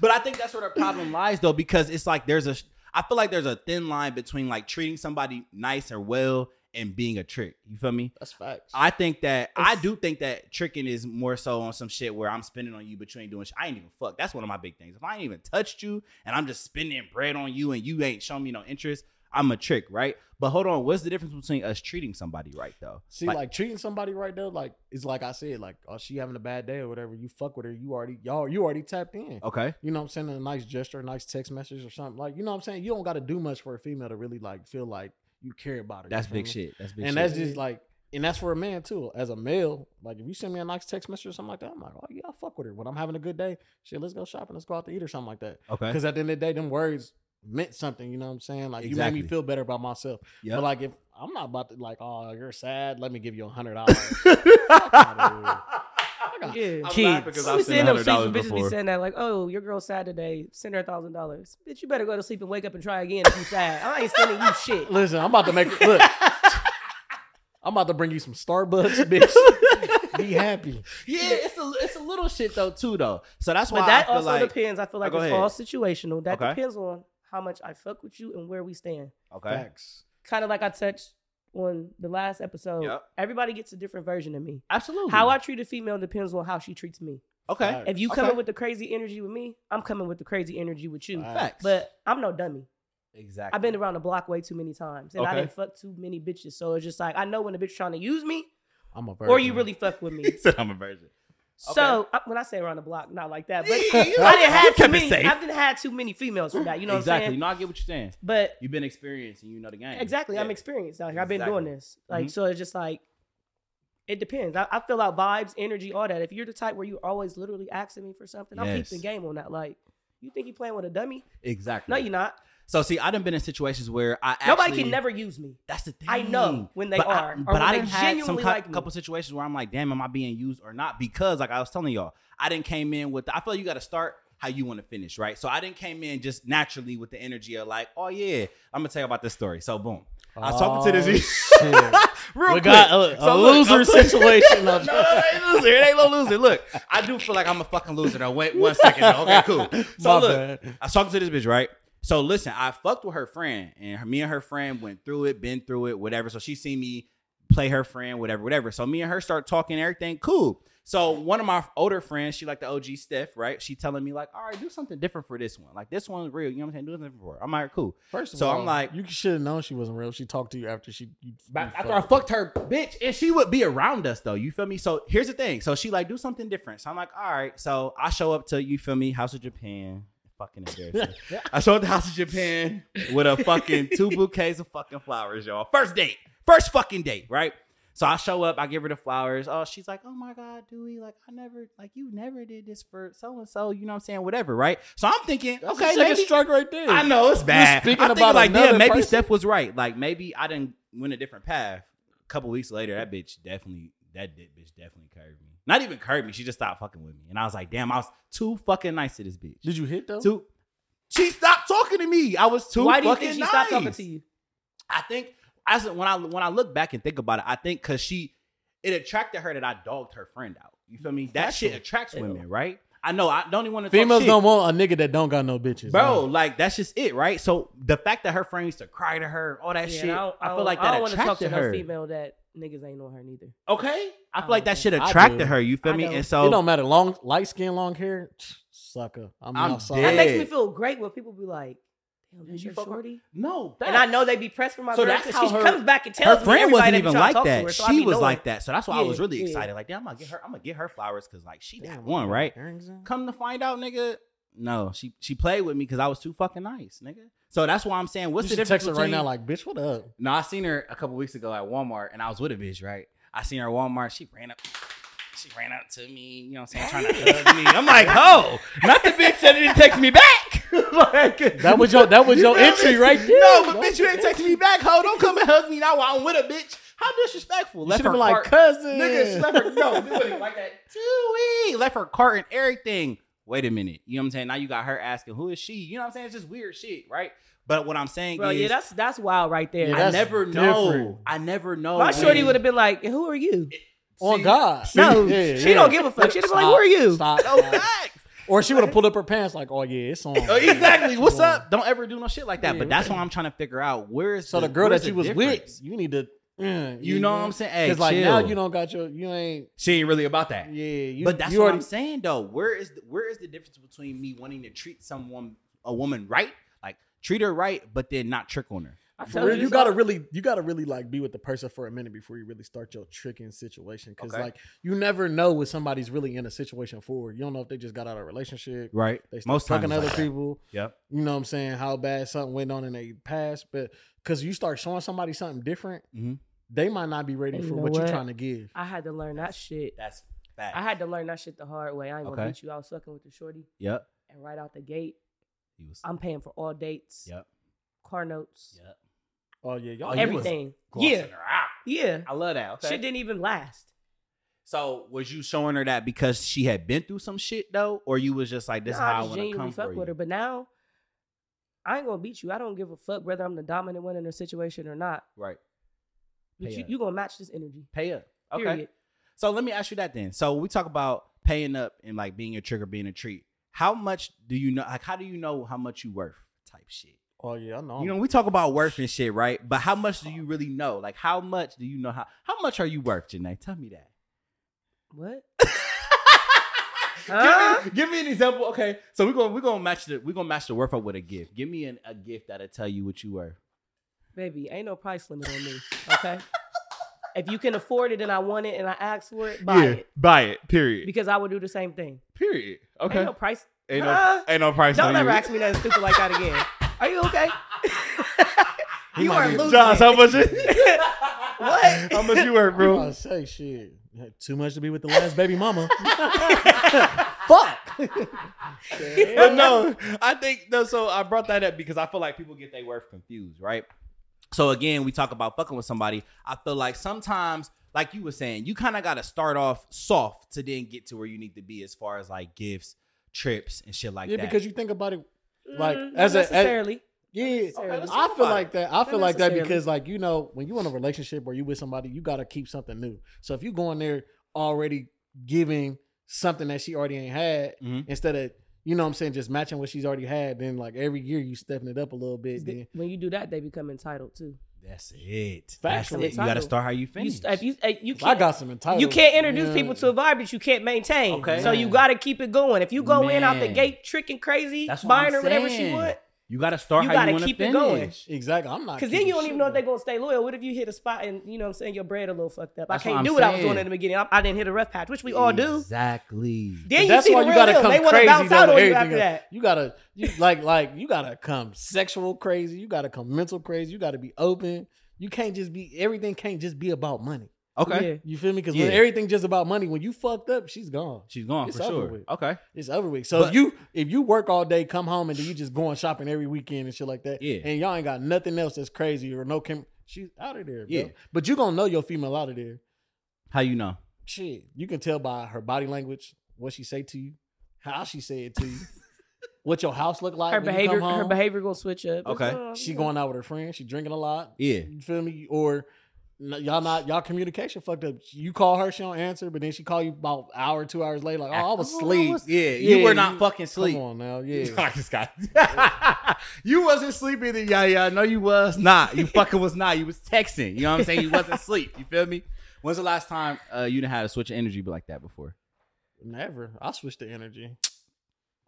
Speaker 1: but I think that's where the problem lies though, because it's like there's a I feel like there's a thin line between like treating somebody nice or well and being a trick. You feel me?
Speaker 3: That's facts.
Speaker 1: I think that I do think that tricking is more so on some shit where I'm spending on you, but you ain't doing shit. I ain't even fuck. That's one of my big things. If I ain't even touched you and I'm just spending bread on you and you ain't showing me no interest, I'm a trick, right? But hold on, what's the difference between us treating somebody right though?
Speaker 3: See, like, treating somebody right there, like it's like I said, like oh she having a bad day or whatever. You fuck with her, you already y'all you already tapped in.
Speaker 1: okay,
Speaker 3: You know what I'm saying? A nice gesture, a nice text message or something like you know what I'm saying. You don't got to do much for a female to really like feel like you care about her.
Speaker 1: that's
Speaker 3: you feel
Speaker 1: big
Speaker 3: me?
Speaker 1: shit. That's big
Speaker 3: Mhm. and
Speaker 1: shit.
Speaker 3: that's just like and that's for a man too. As a male, like if you send me a nice text message or something like that, I'm like oh yeah, I fuck with her. When I'm having a good day, shit, let's go shopping, let's go out to eat or something like that.
Speaker 1: okay.
Speaker 3: Because at the end of the day, them words meant something. You know what I'm saying? Like you made
Speaker 1: Exactly.
Speaker 3: me feel better about myself.
Speaker 1: Yep.
Speaker 3: But like if I'm not about to like, oh, you're sad. Let me give you a hundred dollars.
Speaker 2: Yeah.
Speaker 1: I'm
Speaker 3: Kids.
Speaker 1: laughing because
Speaker 2: I be
Speaker 1: I've
Speaker 2: seeing
Speaker 1: seen
Speaker 2: them
Speaker 1: hundred
Speaker 2: streets
Speaker 1: dollars
Speaker 2: where bitches be
Speaker 1: before.
Speaker 2: saying that like, oh, your girl's sad today. Send her a thousand dollars. Bitch, you better go to sleep and wake up and try again if you sad. I ain't sending you shit.
Speaker 3: Listen, I'm about to make look. I'm about to bring you some Starbucks, bitch. Be happy.
Speaker 1: Yeah, it's a it's a little shit though too though. So that's why
Speaker 2: But that
Speaker 1: I feel
Speaker 2: also
Speaker 1: like Oh,
Speaker 2: depends. I feel like
Speaker 1: go
Speaker 2: it's
Speaker 1: ahead.
Speaker 2: all situational. That
Speaker 1: Okay.
Speaker 2: depends on how much I fuck with you and where we stand.
Speaker 1: okay,
Speaker 3: Facts.
Speaker 2: Kind of like I touched on the last episode.
Speaker 1: Yep.
Speaker 2: Everybody gets a different version of me.
Speaker 1: absolutely.
Speaker 2: How I treat a female depends on how she treats me.
Speaker 1: okay,
Speaker 3: Facts.
Speaker 2: If you
Speaker 1: Okay.
Speaker 2: coming with the crazy energy with me, I'm coming with the crazy energy with you.
Speaker 3: Facts.
Speaker 1: facts,
Speaker 2: But I'm no dummy.
Speaker 1: exactly.
Speaker 2: I've been around the block way too many times, and I
Speaker 1: Okay.
Speaker 2: didn't fuck too many bitches. So it's just like I know when a bitch trying to use me,
Speaker 3: I'm a
Speaker 2: or you
Speaker 3: virgin.
Speaker 2: really fuck with me.
Speaker 1: He said I'm a virgin.
Speaker 2: So I, when I say around the block, not like that, but
Speaker 1: Yeah, you-
Speaker 2: I didn't
Speaker 1: you
Speaker 2: have too
Speaker 1: kept it
Speaker 2: many.
Speaker 1: safe.
Speaker 2: I didn't have too many females for that. You know
Speaker 1: exactly.
Speaker 2: what I'm saying?
Speaker 1: No, I get what you're saying.
Speaker 2: But
Speaker 1: You've been experienced and you know the game.
Speaker 2: exactly, I'm
Speaker 1: Yeah.
Speaker 2: experienced out here. I've been
Speaker 1: Exactly.
Speaker 2: doing this. Like
Speaker 1: Mhm.
Speaker 2: so, it's just like it depends. I, I feel out vibes, energy, all that. If you're the type where you always literally asking me for something, I'm
Speaker 1: Yes.
Speaker 2: keeping game on that. Like you think you playing with a dummy?
Speaker 1: Exactly.
Speaker 2: No, you're not.
Speaker 1: So see, I done been in situations where I
Speaker 2: Nobody
Speaker 1: actually-
Speaker 2: can never use me.
Speaker 1: That's the thing.
Speaker 2: I know when they
Speaker 1: but I,
Speaker 2: are, or
Speaker 1: but
Speaker 2: when
Speaker 1: I
Speaker 2: they
Speaker 1: done had some
Speaker 2: genuinely
Speaker 1: cou-
Speaker 2: like me.
Speaker 1: couple situations where I'm like, damn, am I being used or not? Because like I was telling y'all, I didn't came in with. I feel like you got to start how you want to finish, right? So I didn't came in just naturally with the energy of like, oh yeah, I'm gonna tell you about this story. So boom, I was talking to
Speaker 3: Oh,
Speaker 1: this.
Speaker 3: shit.
Speaker 1: Real
Speaker 3: Oh, we
Speaker 1: quick.
Speaker 3: got a, a
Speaker 1: So look,
Speaker 3: loser
Speaker 1: I'm-
Speaker 3: situation.
Speaker 1: no, it ain't loser. It ain't no loser. Look, I do feel like I'm a fucking loser though. Wait one second though. Okay, cool. So
Speaker 3: My
Speaker 1: look,
Speaker 3: bad.
Speaker 1: I was talking to this bitch, right? So listen, I fucked with her friend, and her, me and her friend went through it, been through it, whatever. So she seen me play her friend, whatever, whatever. So me and her start talking, everything cool. So one of my older friends, she like the OG Steph, right? She telling me like, all right, do something different for this one. Like this one's real. You know what I'm saying? Do something different for her. I'm like, cool.
Speaker 3: First of
Speaker 1: So
Speaker 3: all,
Speaker 1: I'm like-
Speaker 3: you should have known she wasn't real. She talked to you after she. You,
Speaker 1: But
Speaker 3: you
Speaker 1: after I fucked her bitch, and she would be around us though. You feel me? So here's the thing. So she like do something different. So I'm like, all right. So I show up to you feel me House of Japan. Fucking embarrassing. I show up to House of Japan with a fucking two bouquets of fucking flowers, y'all. First date. First fucking date, right? So I show up, I give her the flowers. Oh, she's like, oh my God, Dewey, like I never, like you never did this for so and so, you know what I'm saying? Whatever, right? So I'm thinking,
Speaker 3: That's
Speaker 1: okay,
Speaker 3: a second
Speaker 1: maybe,
Speaker 3: strike right there.
Speaker 1: I know it's bad.
Speaker 3: speaking
Speaker 1: I'm thinking
Speaker 3: about
Speaker 1: like,
Speaker 3: another
Speaker 1: damn, maybe
Speaker 3: person.
Speaker 1: Steph was right. Like maybe I didn't went a different path. A couple weeks later, that bitch definitely that di- bitch definitely curved me. Not even curved me. She just stopped fucking with me, and I was like, damn, I was too fucking nice to this bitch.
Speaker 3: Did you hit though?
Speaker 1: Too. She stopped talking to me. I was too
Speaker 2: Why do you
Speaker 1: fucking
Speaker 2: think she
Speaker 1: nice.
Speaker 2: stopped talking to you?
Speaker 1: I think as when I when I look back and think about it, I think because she it attracted her that I dogged her friend out. You feel me? That shit
Speaker 3: Factual.
Speaker 1: attracts women, right? I know. I don't even want to. talk
Speaker 3: Females
Speaker 1: shit.
Speaker 3: don't want a nigga that don't got no bitches,
Speaker 1: Bro,
Speaker 3: no.
Speaker 1: like that's just it, right? So the fact that her friend used to cry to her, all that
Speaker 2: Yeah,
Speaker 1: shit,
Speaker 2: and
Speaker 1: I,
Speaker 2: don't-
Speaker 1: feel
Speaker 2: don't-
Speaker 1: like
Speaker 2: I
Speaker 1: that
Speaker 2: don't wanna
Speaker 1: attracted
Speaker 2: talk to no
Speaker 1: her.
Speaker 2: female that niggas ain't on her neither.
Speaker 1: Okay, I feel
Speaker 2: I
Speaker 1: like that
Speaker 2: don't
Speaker 1: shit
Speaker 3: I
Speaker 1: attracted
Speaker 3: do.
Speaker 1: her. You feel
Speaker 2: I
Speaker 1: me?
Speaker 2: don't.
Speaker 1: And
Speaker 3: it
Speaker 1: so
Speaker 3: don't matter. Long, light skin, long hair. sucker. I'm,
Speaker 1: I'm
Speaker 3: outside.
Speaker 2: That makes me
Speaker 1: Dead.
Speaker 2: feel great when people be like, "Damn,
Speaker 1: Did
Speaker 2: is
Speaker 1: you
Speaker 2: you
Speaker 1: fuck her?
Speaker 2: shorty?"
Speaker 1: No,
Speaker 2: And I know they be pressed for my
Speaker 1: So
Speaker 2: girl
Speaker 1: that's
Speaker 2: 'cause
Speaker 1: how
Speaker 2: she
Speaker 1: her-
Speaker 2: comes back and tells
Speaker 1: her
Speaker 2: me
Speaker 1: friend
Speaker 2: everybody
Speaker 1: wasn't
Speaker 2: that
Speaker 1: even
Speaker 2: be trying to
Speaker 1: like
Speaker 2: talk to
Speaker 1: that.
Speaker 2: her, so I
Speaker 1: she
Speaker 2: be
Speaker 1: was
Speaker 2: knowing.
Speaker 1: like that. So that's why I was
Speaker 2: Yeah,
Speaker 1: really
Speaker 2: yeah.
Speaker 1: excited. Like, damn, I'm gonna get her. I'm gonna get her flowers because like she got
Speaker 3: Damn,
Speaker 1: one
Speaker 3: what
Speaker 1: right.
Speaker 3: the earrings in?
Speaker 1: Come to find out, nigga. No, she she played with me because I was too fucking nice, nigga. So that's why I'm saying, what's
Speaker 3: you
Speaker 1: the
Speaker 3: should
Speaker 1: difference
Speaker 3: text her right
Speaker 1: between-
Speaker 3: now, like, bitch, what up?
Speaker 1: No, I seen her a couple weeks ago at Walmart, and I was with a bitch, right? I seen her at Walmart. She ran up, she ran up to me. You know what I'm saying? Trying to hug me. I'm like, oh, not the bitch that didn't text me back. like,
Speaker 3: That was your that was
Speaker 1: You
Speaker 3: your
Speaker 1: feel
Speaker 3: entry
Speaker 1: me?
Speaker 3: right there.
Speaker 1: No, but bitch, you ain't texting me back, ho. Don't come and hug me now while I'm with a bitch. How disrespectful.
Speaker 3: You
Speaker 1: left
Speaker 3: should
Speaker 1: her
Speaker 3: have been like,
Speaker 1: cart,
Speaker 3: cousin.
Speaker 1: nigga, she left her no, it wasn't like that. Too left her cart and everything. Wait a minute. You know what I'm saying? Now you got her asking, who is she? You know what I'm saying? It's just weird shit, right? But what I'm saying
Speaker 2: Bro,
Speaker 1: is
Speaker 2: yeah, that's that's wild right there.
Speaker 3: Yeah,
Speaker 1: I
Speaker 3: that's
Speaker 1: never
Speaker 3: different.
Speaker 1: know. I never know.
Speaker 2: my
Speaker 1: when-
Speaker 2: shorty would have been like, "And "Who are you?"
Speaker 3: On Oh, God.
Speaker 2: No,
Speaker 3: Yeah,
Speaker 2: she
Speaker 3: yeah.
Speaker 2: don't give a fuck. She'd be like,
Speaker 3: Stop,
Speaker 2: "Who are you?"
Speaker 3: Stop,
Speaker 1: No
Speaker 3: stop.
Speaker 1: Oh, facts.
Speaker 3: Or she would have pulled up her pants like, oh yeah, it's on.
Speaker 1: Oh, exactly.
Speaker 3: It's
Speaker 1: What's
Speaker 3: on.
Speaker 1: up? Don't ever do no shit like that.
Speaker 3: Yeah,
Speaker 1: But that's why I'm trying to figure out where is
Speaker 3: So the girl
Speaker 1: where's
Speaker 3: that you was
Speaker 1: difference?
Speaker 3: with, you need to. mm,
Speaker 1: You know what I'm saying? Hey,
Speaker 3: Because like now
Speaker 1: chill.
Speaker 3: you don't got your, you ain't.
Speaker 1: She ain't really about that.
Speaker 3: Yeah, you,
Speaker 1: but that's
Speaker 3: you
Speaker 1: what
Speaker 3: already,
Speaker 1: I'm saying though. Where is the, where is the difference between me wanting to treat someone a woman right, like treat her right, but then not trick on her?
Speaker 2: I
Speaker 3: For
Speaker 2: told
Speaker 3: real, you
Speaker 2: this
Speaker 3: gotta
Speaker 2: all-
Speaker 3: really, you gotta really like be with the person for a minute before you really start your tricking situation. Because
Speaker 1: Okay.
Speaker 3: like you never know when somebody's really in a situation forward. You don't know if they just got out of a relationship.
Speaker 1: Right.
Speaker 3: They start
Speaker 1: Most
Speaker 3: fucking
Speaker 1: times,
Speaker 3: other
Speaker 1: like that.
Speaker 3: people.
Speaker 1: Yep.
Speaker 3: You know what I'm saying? How bad something went on in their past, but because you start showing somebody something different,
Speaker 1: Mhm.
Speaker 3: they might not be ready
Speaker 2: And you
Speaker 3: for
Speaker 2: know
Speaker 3: what, you're
Speaker 2: what?
Speaker 3: trying to give.
Speaker 2: I had to learn that shit.
Speaker 1: That's fact.
Speaker 2: I had to learn that shit the hard way. I ain't
Speaker 1: Okay.
Speaker 2: gonna beat you. I was fucking with the shorty,
Speaker 1: Yep.
Speaker 2: and right out the gate,
Speaker 1: He was.
Speaker 2: I'm paying for all dates,
Speaker 1: Yep.
Speaker 2: car notes,
Speaker 1: Yep.
Speaker 3: Oh yeah, y'all.
Speaker 1: Oh, you was
Speaker 2: everything.
Speaker 1: Glossing
Speaker 2: Yeah,
Speaker 1: her out.
Speaker 2: yeah.
Speaker 1: I love that. Okay.
Speaker 2: Shit didn't even last.
Speaker 1: so was you showing her that because she had been through some shit though, or you was just like, this is
Speaker 2: Nah,
Speaker 1: how I
Speaker 2: just
Speaker 1: want to come
Speaker 2: genuinely fuck
Speaker 1: for
Speaker 2: with
Speaker 1: you?
Speaker 2: her. But now, I ain't gonna beat you. I don't give a fuck whether I'm the dominant one in a situation or not.
Speaker 1: right.
Speaker 2: But
Speaker 1: Pay
Speaker 2: you,
Speaker 1: up.
Speaker 2: you gonna match this energy.
Speaker 1: Pay up. Okay.
Speaker 2: Period.
Speaker 1: So let me ask you that then. So we talk about paying up and like being a trigger, being a treat. How much do you know? Like, how do you know how much you worth? Type shit.
Speaker 3: Oh yeah, I know.
Speaker 1: You know, we talk about worth and shit, right? But how much do you really know? Like, how much do you know how? How much are you worth, Janae? Tell me that.
Speaker 2: What?
Speaker 1: Give me-
Speaker 2: Huh?
Speaker 1: give, me, an example. Okay, so we're gonna we're gonna match the we're gonna match the worth up with a gift. Give me an, a gift that'll tell you what you worth.
Speaker 2: Baby, ain't no price limit on me. Okay. if you can afford it and I want it and I ask for it, buy it.
Speaker 1: buy it. Period.
Speaker 2: Because I would do the same thing.
Speaker 1: Period.
Speaker 2: Ain't no price.
Speaker 1: Ain't
Speaker 2: Huh?
Speaker 1: ain't no price.
Speaker 2: Don't ever ask me nothing stupid like that again. Are you okay? you
Speaker 3: might
Speaker 2: are
Speaker 3: be-
Speaker 2: losing.
Speaker 1: Josh, how much?
Speaker 2: What?
Speaker 1: How much you worth, bro?
Speaker 3: I say shit. Had Too much to be with the last baby mama. Fuck.
Speaker 1: but no, I think no. So I brought that up because I feel like people get their worth confused, right? So again, we talk about fucking with somebody. I feel like sometimes, like you were saying, you kind of got to start off soft to then get to where you need to be as far as like gifts, trips, and shit like
Speaker 3: yeah,
Speaker 1: that.
Speaker 3: because you think about it. Like,
Speaker 2: Mm,
Speaker 3: as
Speaker 2: not
Speaker 3: a- as-
Speaker 2: necessarily.
Speaker 3: Yeah,
Speaker 2: Okay, let's
Speaker 3: I
Speaker 1: talk
Speaker 3: feel
Speaker 1: about
Speaker 3: like that. I feel
Speaker 2: Not
Speaker 3: like that
Speaker 2: necessarily.
Speaker 3: because, like, you know, when you in a relationship or you with somebody, you gotta keep something new. So if you go in there already giving something that she already ain't had,
Speaker 1: Mhm.
Speaker 3: instead of you know what I'm saying, just matching what she's already had, then like every year you stepping it up a little bit. Then
Speaker 2: When you do that, they become entitled too.
Speaker 1: that's it. That's
Speaker 3: Factually.
Speaker 1: it. You got to start how you
Speaker 2: You,
Speaker 1: finish.
Speaker 2: st- if you, eh, you
Speaker 3: 'Cause I
Speaker 2: can't,
Speaker 3: got some entitlement.
Speaker 2: you can't introduce
Speaker 3: Yeah.
Speaker 2: people to a vibe that you can't maintain.
Speaker 1: Okay.
Speaker 2: So you
Speaker 3: Man.
Speaker 2: got to keep it going. If you go in out the
Speaker 1: Man.
Speaker 2: gate tricking crazy,
Speaker 1: That's what
Speaker 2: buying
Speaker 1: I'm
Speaker 2: her whatever she
Speaker 1: saying.
Speaker 2: want,
Speaker 1: you got to start
Speaker 2: you
Speaker 1: how
Speaker 2: gotta
Speaker 1: you want to
Speaker 2: keep
Speaker 1: finish.
Speaker 2: it going.
Speaker 3: Exactly, I'm not
Speaker 2: because then you don't
Speaker 3: keeping
Speaker 2: even know if
Speaker 3: shit
Speaker 2: they're
Speaker 3: back.
Speaker 2: gonna stay loyal. What if you hit a spot and you know what I'm saying your bread a little fucked up?
Speaker 1: That's
Speaker 2: I
Speaker 1: what
Speaker 2: can't
Speaker 1: I'm
Speaker 2: do what I was
Speaker 1: saying.
Speaker 2: doing in the beginning. I, I didn't hit a rough patch, which we all do.
Speaker 1: Exactly.
Speaker 2: Then you
Speaker 3: That's
Speaker 2: see
Speaker 3: why
Speaker 2: the
Speaker 3: you
Speaker 2: real
Speaker 3: gotta
Speaker 2: deal.
Speaker 3: come
Speaker 2: They want to
Speaker 3: crazy
Speaker 2: bounce
Speaker 3: though,
Speaker 2: out on you
Speaker 3: everything
Speaker 2: after
Speaker 3: else.
Speaker 2: that.
Speaker 3: You gotta you, like like you gotta come sexual crazy. You gotta come mental crazy. You gotta be open. You can't just be everything. Can't just be about money.
Speaker 1: Okay.
Speaker 2: Yeah.
Speaker 3: You feel me? Because
Speaker 1: Yeah.
Speaker 3: when everything just about money, when you fucked up, she's gone.
Speaker 1: She's gone
Speaker 3: It's
Speaker 1: for
Speaker 3: over
Speaker 1: sure.
Speaker 3: with.
Speaker 1: Okay.
Speaker 3: It's over with. So
Speaker 1: But-
Speaker 3: if you if you work all day, come home, and then you just going shopping every weekend and shit like that.
Speaker 1: Yeah.
Speaker 3: And y'all ain't got nothing else that's crazy or no. Chem- she's out of there. Bro.
Speaker 1: Yeah.
Speaker 3: But you gonna know your female out of there.
Speaker 1: How you know?
Speaker 3: Shit, you can tell by her body language what she say to you, how she say it to you, what your house look like.
Speaker 2: Her
Speaker 3: when you
Speaker 2: behavior,
Speaker 3: come
Speaker 2: her
Speaker 3: home.
Speaker 2: behavior gonna switch up. It's
Speaker 1: Okay.
Speaker 2: gonna-
Speaker 3: She going out with her friends. She drinking a lot.
Speaker 1: Yeah.
Speaker 3: You feel me? Or n- y'all not y'all communication fucked up. You call her, she don't answer, but then she call you about hour, two hours later, like, oh, I was asleep.
Speaker 1: Yeah, you
Speaker 3: Yeah,
Speaker 1: were not
Speaker 3: you-
Speaker 1: fucking sleep.
Speaker 3: Come on now, yeah.
Speaker 1: I just got you wasn't sleeping either, yeah, yeah. I know you was not. You fucking was not. You was texting. You know what I'm saying? You wasn't asleep. You feel me? When's the last time uh, you didn't have a switch of energy like that before?
Speaker 3: Never. I switched the energy.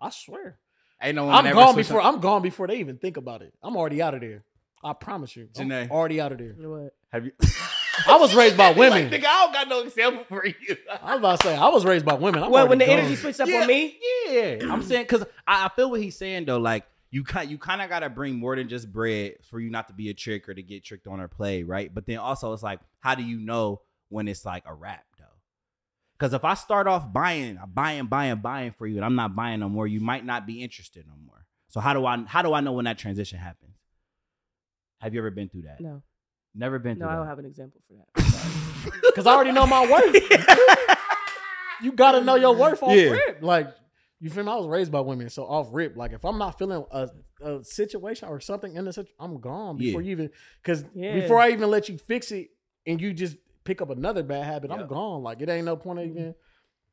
Speaker 3: I swear.
Speaker 1: Ain't no one
Speaker 3: I'm
Speaker 1: ever
Speaker 3: gone
Speaker 1: switch
Speaker 3: before
Speaker 1: on-
Speaker 3: I'm gone before they even think about it. I'm already out of there. I promise you. I'm
Speaker 1: Janae.
Speaker 3: already out of there.
Speaker 2: What?
Speaker 1: Have you?
Speaker 3: I was raised by
Speaker 4: Like,
Speaker 3: women.
Speaker 4: nigga, I don't got no example for you.
Speaker 3: I was about to say I was raised by women. I'm
Speaker 2: What? When
Speaker 3: already
Speaker 2: the
Speaker 3: gone.
Speaker 2: energy switched up
Speaker 1: Yeah.
Speaker 2: on me?
Speaker 1: Yeah, I'm
Speaker 3: Mm.
Speaker 1: saying because I, I feel what he's saying though. Like you kind you kind of gotta bring more than just bread for you not to be a trick or to get tricked on or play right. But then also it's like how do you know when it's like a wrap though? Because if I start off buying, buying, buying, buying for you, and I'm not buying no more, you might not be interested no more. So how do I how do I know when that transition happens? Have you ever been through that?
Speaker 2: No,
Speaker 1: Never been
Speaker 2: no,
Speaker 1: through
Speaker 2: I
Speaker 1: that.
Speaker 2: don't have an example for that.
Speaker 3: Cause I already know my worth. you gotta know your worth off
Speaker 1: Yeah.
Speaker 3: rip. Like you feel me? I was raised by women, so off rip. Like if I'm not feeling a, a situation or something in the situation, I'm gone before
Speaker 1: Yeah.
Speaker 3: you even. Cause
Speaker 2: Yeah.
Speaker 3: before I even let you fix it, and you just pick up another bad habit,
Speaker 1: Yeah. Mm-hmm.
Speaker 3: I'm gone. Like it ain't no point of even.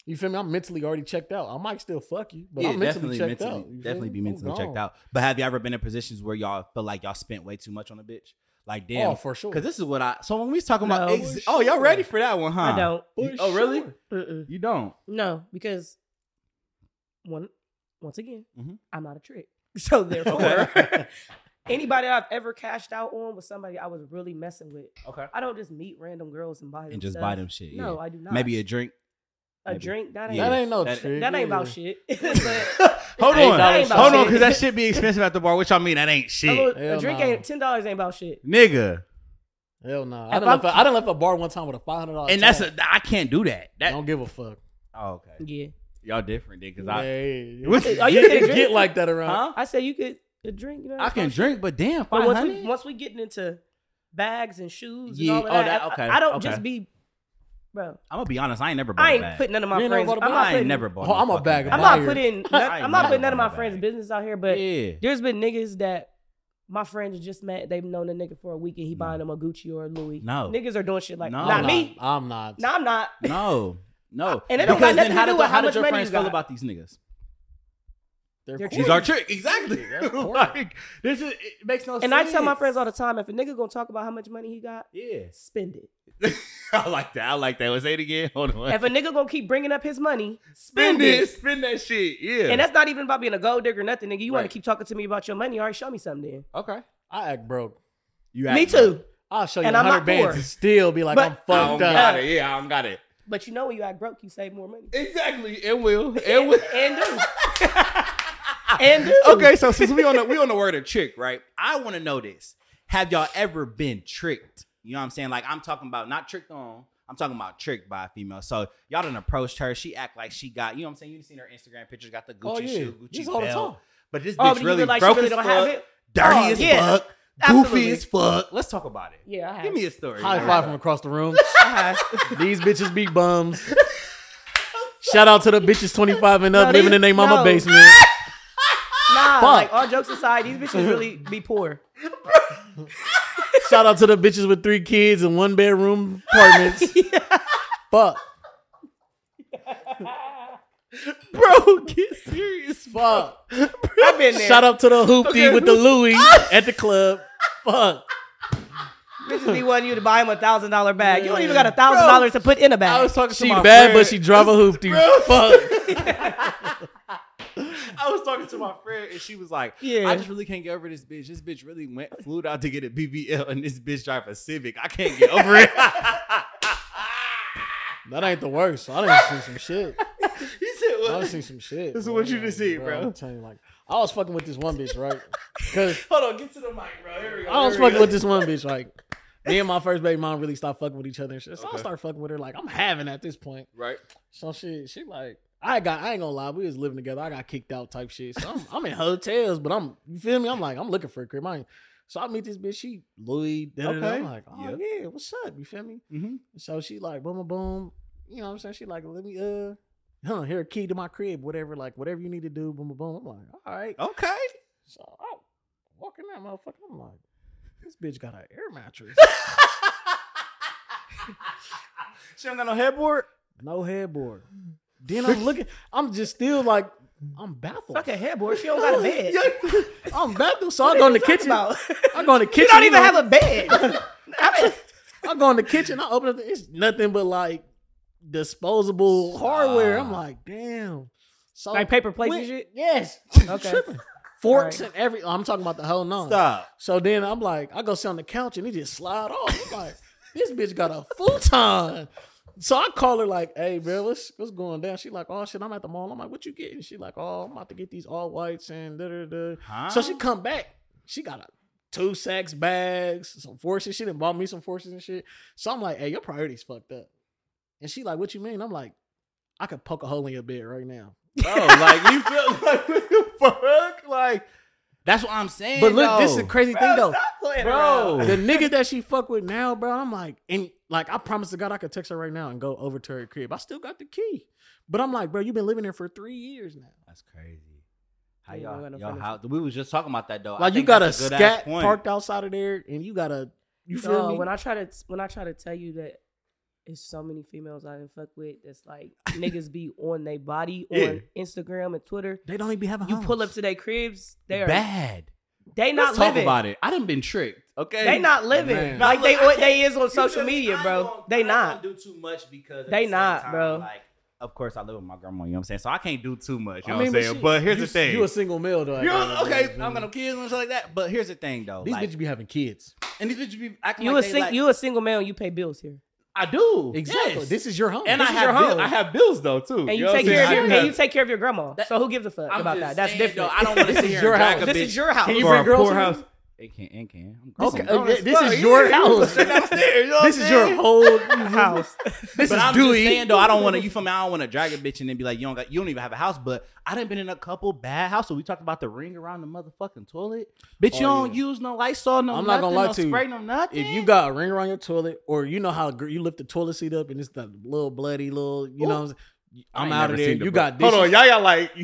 Speaker 3: You feel me? I'm mentally already checked out. I might still fuck you, but
Speaker 1: yeah,
Speaker 3: I'm
Speaker 1: definitely
Speaker 3: mentally checked
Speaker 1: mentally,
Speaker 3: out. You feel
Speaker 1: definitely
Speaker 3: me?
Speaker 1: be
Speaker 3: I'm
Speaker 1: mentally checked
Speaker 3: gone.
Speaker 1: out. But have you ever been in positions where y'all feel like y'all spent way too much on a bitch? Like damn,
Speaker 3: Oh, for sure.
Speaker 1: Because this is what I. So when we was talking about,
Speaker 2: No.
Speaker 1: ex- oh, y'all ready for that one, huh?
Speaker 2: I don't.
Speaker 3: For
Speaker 1: Oh, really?
Speaker 3: sure.
Speaker 2: Mm-mm.
Speaker 1: You don't.
Speaker 2: No, because one once again,
Speaker 3: Mm-hmm.
Speaker 1: Mhm.
Speaker 2: I'm not a trick. So therefore, anybody I've ever cashed out on was somebody I was really messing with.
Speaker 1: Okay.
Speaker 2: I don't just meet random girls and buy them
Speaker 1: And just
Speaker 2: stuff.
Speaker 1: buy them shit.
Speaker 2: No,
Speaker 1: yeah.
Speaker 2: I do not.
Speaker 1: Maybe a drink.
Speaker 2: a
Speaker 1: maybe.
Speaker 2: drink that ain't
Speaker 1: Yeah.
Speaker 3: That ain't no
Speaker 1: That-
Speaker 3: trick.
Speaker 2: that ain't
Speaker 3: yeah.
Speaker 2: about shit. but
Speaker 1: Hold
Speaker 3: Eight
Speaker 1: on,
Speaker 3: dollars
Speaker 1: hold
Speaker 2: shit. Oh.
Speaker 1: on, because that shit be expensive at the bar. Which I mean, that ain't
Speaker 2: a,
Speaker 1: shit,
Speaker 2: little- a
Speaker 3: Hell
Speaker 2: drink
Speaker 3: no.
Speaker 2: ain't ten dollars ain't about shit.
Speaker 1: nigga.
Speaker 3: Hell no.
Speaker 2: If
Speaker 3: I done,
Speaker 2: I'm-
Speaker 3: left a, I done left a bar one time with a five
Speaker 2: Oh,
Speaker 3: hundred dollars.
Speaker 1: And that's a I can't do that. That
Speaker 3: don't give a fuck.
Speaker 1: oh, okay.
Speaker 2: Yeah,
Speaker 1: Y'all different, then, because
Speaker 3: Yeah,
Speaker 1: I
Speaker 3: yeah,
Speaker 1: What-
Speaker 3: yeah.
Speaker 2: Are Oh, you
Speaker 3: Get-
Speaker 2: gonna drink?
Speaker 3: get like that around?
Speaker 1: huh?
Speaker 2: I said you could a drink. You know,
Speaker 1: I can drink, but damn,
Speaker 2: But
Speaker 1: five
Speaker 2: once we
Speaker 1: hundred.
Speaker 2: once we getting into bags and shoes
Speaker 1: Yeah,
Speaker 2: and all of
Speaker 1: oh,
Speaker 2: that,
Speaker 1: that- okay,
Speaker 2: I, I don't
Speaker 1: okay.
Speaker 2: just be, bro.
Speaker 1: I'm gonna be honest. I ain't never. Bought
Speaker 2: I
Speaker 1: a
Speaker 2: ain't
Speaker 1: bag.
Speaker 2: putting none of my
Speaker 3: You ain't never
Speaker 2: friends.
Speaker 3: bought a bag?
Speaker 2: I'm not
Speaker 1: I
Speaker 2: putting,
Speaker 1: ain't never bought.
Speaker 3: Oh,
Speaker 1: no
Speaker 3: I'm a
Speaker 1: fucking
Speaker 3: bag of
Speaker 2: I'm not
Speaker 3: Liar.
Speaker 2: putting.
Speaker 1: I
Speaker 2: None,
Speaker 1: ain't
Speaker 2: I'm not
Speaker 1: never
Speaker 2: putting none
Speaker 1: bought
Speaker 2: of my
Speaker 1: a bag.
Speaker 2: friends' business out here. But
Speaker 1: yeah.
Speaker 2: there's been niggas that my friends just met. They've known a nigga for a week and he buying them a Gucci or a Louis.
Speaker 1: Mm. No.
Speaker 2: niggas are doing shit like
Speaker 1: No.
Speaker 3: I'm
Speaker 2: not
Speaker 1: I'm
Speaker 2: me.
Speaker 3: I'm not.
Speaker 2: No, I'm not.
Speaker 1: No, no.
Speaker 2: And it don't got nothing to do
Speaker 1: did-
Speaker 2: with how
Speaker 1: did
Speaker 2: much
Speaker 1: your
Speaker 2: money
Speaker 1: friends
Speaker 2: you
Speaker 1: feel
Speaker 2: got.
Speaker 1: about these niggas?
Speaker 3: They're
Speaker 2: They're
Speaker 3: corny.
Speaker 1: She's our trick, exactly.
Speaker 3: Yeah, that's corny.
Speaker 1: like this is it makes no sense.
Speaker 2: And I tell my friends all the time, if a nigga gonna talk about how much money he got,
Speaker 1: yeah,
Speaker 2: spend it.
Speaker 1: I like that. I like that. Let's say it again. Hold on.
Speaker 2: If a nigga gonna keep bringing up his money,
Speaker 1: Spend it. Spend that shit. Yeah.
Speaker 2: And that's not even about being a gold digger or nothing, nigga. You want
Speaker 1: Right.
Speaker 2: to keep talking to me about your money? All right, show me something
Speaker 1: okay.
Speaker 3: I act broke.
Speaker 1: You
Speaker 2: then. Me too.
Speaker 3: I'll show you
Speaker 2: And I'm
Speaker 3: 100
Speaker 2: not
Speaker 3: bands
Speaker 2: poor.
Speaker 3: and still be like,
Speaker 2: But- Oh,
Speaker 3: I'm
Speaker 1: I don't
Speaker 3: fucked up.
Speaker 1: got it. Yeah, I don't got it.
Speaker 2: But you know when you act broke, you save more money.
Speaker 1: Exactly. It will. It will.
Speaker 2: And do. and do. Oh,
Speaker 1: okay, so since we on the we on the word of trick, right? I want to know this. Have y'all ever been tricked? You know what I'm saying? Like I'm talking about not tricked on. I'm talking about tricked by a female. So y'all done approached her. She act like she got. You know what I'm saying? You done seen her Instagram pictures. Got the Gucci
Speaker 3: Oh, yeah.
Speaker 1: shoe, Gucci
Speaker 3: Just all the
Speaker 1: belt.
Speaker 3: time.
Speaker 1: But this bitch
Speaker 2: Oh, but you
Speaker 1: really
Speaker 2: realize you
Speaker 1: broke
Speaker 2: really
Speaker 1: as
Speaker 2: don't
Speaker 1: fuck,
Speaker 2: have it?
Speaker 1: dirty
Speaker 2: Oh,
Speaker 1: as
Speaker 2: yeah.
Speaker 1: fuck,
Speaker 2: Absolutely.
Speaker 1: goofy as fuck. Let's talk about it.
Speaker 2: Yeah, I have.
Speaker 1: Give me a story.
Speaker 3: High
Speaker 1: All
Speaker 3: five
Speaker 1: right.
Speaker 3: from across the room.
Speaker 2: I have.
Speaker 3: These bitches be bums. Shout out to the bitches 25 and up
Speaker 2: No,
Speaker 3: living
Speaker 2: these-
Speaker 3: in their mama
Speaker 2: no.
Speaker 3: basement.
Speaker 2: Nah,
Speaker 3: Fuck.
Speaker 2: like all jokes aside, these bitches really be poor.
Speaker 3: Shout out to the bitches with three kids and one bedroom apartments. Fuck.
Speaker 1: Bro, get serious.
Speaker 3: Fuck.
Speaker 2: I've been there.
Speaker 3: Shout out to the hoopty
Speaker 1: Okay.
Speaker 3: with the Louis at the club. Fuck.
Speaker 2: Bitches be wanting you to buy them a thousand dollar bag. You don't even got a thousand dollars to put in a bag.
Speaker 1: I was talking
Speaker 3: She
Speaker 1: to my
Speaker 3: bad,
Speaker 1: friend.
Speaker 3: but she drive a hoopty. Fuck.
Speaker 1: I was talking to my friend and she was like,
Speaker 2: Yeah.
Speaker 1: I just really can't get over this bitch. This bitch really went flew out to get a BBL and this bitch drive a Civic. I can't get over it.
Speaker 3: That ain't the worst. I done seen some shit.
Speaker 1: he said,
Speaker 3: I done
Speaker 1: "What?"
Speaker 3: seen some shit.
Speaker 1: This is
Speaker 3: bro.
Speaker 1: what you done seen, bro.
Speaker 3: I'm telling you, like, I was fucking with this one bitch, right? Because
Speaker 1: Hold on, get to the mic, bro. Here we go.
Speaker 3: I was
Speaker 1: here we
Speaker 3: fucking with this one bitch. Like, me and my first baby mom really stopped fucking with each other and shit. So I
Speaker 1: Okay.
Speaker 3: started fucking with her. Like, I'm having at this point.
Speaker 1: go. Right.
Speaker 3: So she, she like, I got, I ain't gonna lie, we was living together. I got kicked out type shit. So I'm, I'm in hotels, but I'm, you feel me? I'm like, I'm looking for a crib. I ain't- so I meet this bitch. She Louis. da da da.
Speaker 1: Okay.
Speaker 3: I'm like, oh
Speaker 1: Yep.
Speaker 3: yeah, what's up? You feel me?
Speaker 1: Mhm.
Speaker 3: So she like, boom, boom, boom. You know what I'm saying? She like, let me, uh, huh, here a key to my crib, whatever, like whatever you need to do, boom, boom, boom. I'm like, all right.
Speaker 1: Okay.
Speaker 3: So I'm walking that motherfucker. I'm like, this bitch got an air mattress,
Speaker 1: she don't got no headboard.
Speaker 3: no headboard. Then I'm looking, I'm just still like, I'm baffled.
Speaker 2: Fuck a headboard. She don't got a bed.
Speaker 3: I'm baffled. So I go in the kitchen.
Speaker 2: About?
Speaker 3: I go in the kitchen.
Speaker 2: You don't even
Speaker 3: know,
Speaker 2: have a bed. I mean,
Speaker 3: I go in the kitchen. I open up. The, it's nothing but like disposable hardware. I'm like, damn. So
Speaker 2: Like paper plates
Speaker 3: when-
Speaker 2: and shit?
Speaker 3: Yes.
Speaker 2: Okay.
Speaker 3: Tripping. Forks
Speaker 2: Alright.
Speaker 3: and every. I'm talking about the whole nine.
Speaker 1: Stop.
Speaker 3: So then I'm like, I go sit on the couch and it just slide off. I'm like this bitch got a futon. So I call her like, "Hey, bro, what's what's going down?" She like, "Oh shit, I'm at the mall." I'm like, "What you getting?" She like, "Oh, I'm about to get these all whites and da da da."
Speaker 1: Huh?
Speaker 3: So she come back. She got a two sacks bags, some forces. She done bought me some forces and shit. So I'm like, hey, your priorities fucked up. And she like, what you mean? I'm like, I could poke a hole in your bed right now.
Speaker 1: bro, like you feel like what the fuck? Like that's what I'm saying.
Speaker 3: But look, this is a
Speaker 1: though.
Speaker 3: crazy thing though.
Speaker 1: bro.
Speaker 3: The nigga that she fuck with now, bro, I'm like, and like I promise to God I could text her right now and go over to her crib. I still got the key. But I'm like, bro, you've been living here for three years now.
Speaker 1: That's crazy. How
Speaker 2: Yeah, we're
Speaker 1: y'all,
Speaker 2: gonna
Speaker 1: y'all
Speaker 2: finish
Speaker 1: how, we was just talking about that though. I
Speaker 3: Like you
Speaker 1: think
Speaker 3: got a
Speaker 1: that's good ass
Speaker 3: scat
Speaker 1: point.
Speaker 3: parked outside of there and you got a you feel
Speaker 2: No,
Speaker 3: me?
Speaker 2: when I try to when I try to tell you that it's so many females I didn't fuck with that's like niggas be on their body
Speaker 1: Yeah.
Speaker 2: on Instagram and Twitter.
Speaker 3: they don't even be having
Speaker 2: You
Speaker 3: homes.
Speaker 2: pull up to their cribs, they are
Speaker 1: Bad.
Speaker 2: they not
Speaker 1: Let's talk
Speaker 2: living.
Speaker 1: about it. I done been tricked. Okay.
Speaker 2: They not living.
Speaker 3: Man.
Speaker 2: Like
Speaker 1: Nah,
Speaker 2: they
Speaker 1: look, I
Speaker 2: what they
Speaker 1: can't-
Speaker 2: is on
Speaker 1: You
Speaker 2: social
Speaker 1: feel me?
Speaker 2: media,
Speaker 1: I
Speaker 2: bro.
Speaker 1: don't- I
Speaker 2: they
Speaker 1: don't
Speaker 2: not.
Speaker 1: do too much because at
Speaker 2: They
Speaker 1: the same
Speaker 2: not, bro.
Speaker 1: Like, of course, I live with my grandma. You know what I'm saying? So I can't do too much. You
Speaker 3: I
Speaker 1: know
Speaker 3: mean,
Speaker 1: what I'm saying?
Speaker 3: shit,
Speaker 1: But here's
Speaker 3: you-
Speaker 1: the thing.
Speaker 3: You a single male though. at
Speaker 1: You
Speaker 3: the end
Speaker 1: know,
Speaker 3: of the
Speaker 1: okay,
Speaker 3: day,
Speaker 1: I'm
Speaker 3: man.
Speaker 1: gonna kids and stuff like that. But here's the thing, though.
Speaker 3: These
Speaker 1: like-
Speaker 3: bitches be having kids.
Speaker 1: and these bitches be acting
Speaker 2: You a
Speaker 1: like, they
Speaker 2: sing,
Speaker 1: like-
Speaker 2: you a single male, you pay bills here,
Speaker 1: I do
Speaker 3: Exactly.
Speaker 1: Yes.
Speaker 3: This is your home.
Speaker 1: and I
Speaker 3: This is your
Speaker 1: have
Speaker 3: home.
Speaker 1: bill, I have bills though too.
Speaker 2: and you,
Speaker 1: know what
Speaker 2: take
Speaker 1: I'm
Speaker 2: care of
Speaker 1: saying?
Speaker 2: your
Speaker 1: I
Speaker 2: and you
Speaker 1: have-
Speaker 2: take care of your grandma.
Speaker 1: That-
Speaker 2: so who gives a fuck
Speaker 1: I'm
Speaker 2: about
Speaker 1: just
Speaker 2: that? That's
Speaker 1: saying,
Speaker 2: different.
Speaker 1: Though, I don't want to
Speaker 3: This
Speaker 1: sit
Speaker 3: is
Speaker 1: here
Speaker 3: your
Speaker 1: and drag
Speaker 3: house.
Speaker 1: a
Speaker 2: this
Speaker 1: bitch
Speaker 2: is your house.
Speaker 3: Can you
Speaker 1: for
Speaker 3: bring
Speaker 1: a
Speaker 3: girls
Speaker 1: poor
Speaker 3: in?
Speaker 1: house. It can, it can. I'm grown.
Speaker 3: Okay,
Speaker 1: I'm
Speaker 3: oh,
Speaker 1: grown
Speaker 3: yeah,
Speaker 1: as
Speaker 3: this
Speaker 1: fuck.
Speaker 3: is your
Speaker 1: Yeah,
Speaker 3: house.
Speaker 1: I'm downstairs, you know what
Speaker 3: This
Speaker 1: I'm
Speaker 3: is your
Speaker 1: saying?
Speaker 3: whole
Speaker 2: house.
Speaker 3: This
Speaker 1: but
Speaker 3: is
Speaker 1: I'm
Speaker 3: Dewey.
Speaker 1: just saying though, I don't want to. You feel me? I don't want to drag a bitch and then be like, you don't got, you don't even have a house. But I done been in a couple bad houses. We talked about the ring around the motherfucking toilet. Bitch,
Speaker 3: Oh,
Speaker 1: you don't
Speaker 3: yeah.
Speaker 1: use no Lysol, no
Speaker 3: I'm
Speaker 1: nothing,
Speaker 3: not gonna lie
Speaker 1: no
Speaker 3: to you.
Speaker 1: spray, no nothing.
Speaker 3: If you got a ring around your toilet, or you know how gr- you lift the toilet seat up and it's the little bloody little, you know, what I'm, saying?
Speaker 1: I ain't
Speaker 3: I'm out
Speaker 1: never
Speaker 3: of there.
Speaker 1: seen the
Speaker 3: You
Speaker 1: bro-
Speaker 3: got
Speaker 1: hold
Speaker 3: dishes.
Speaker 1: on, y'all got like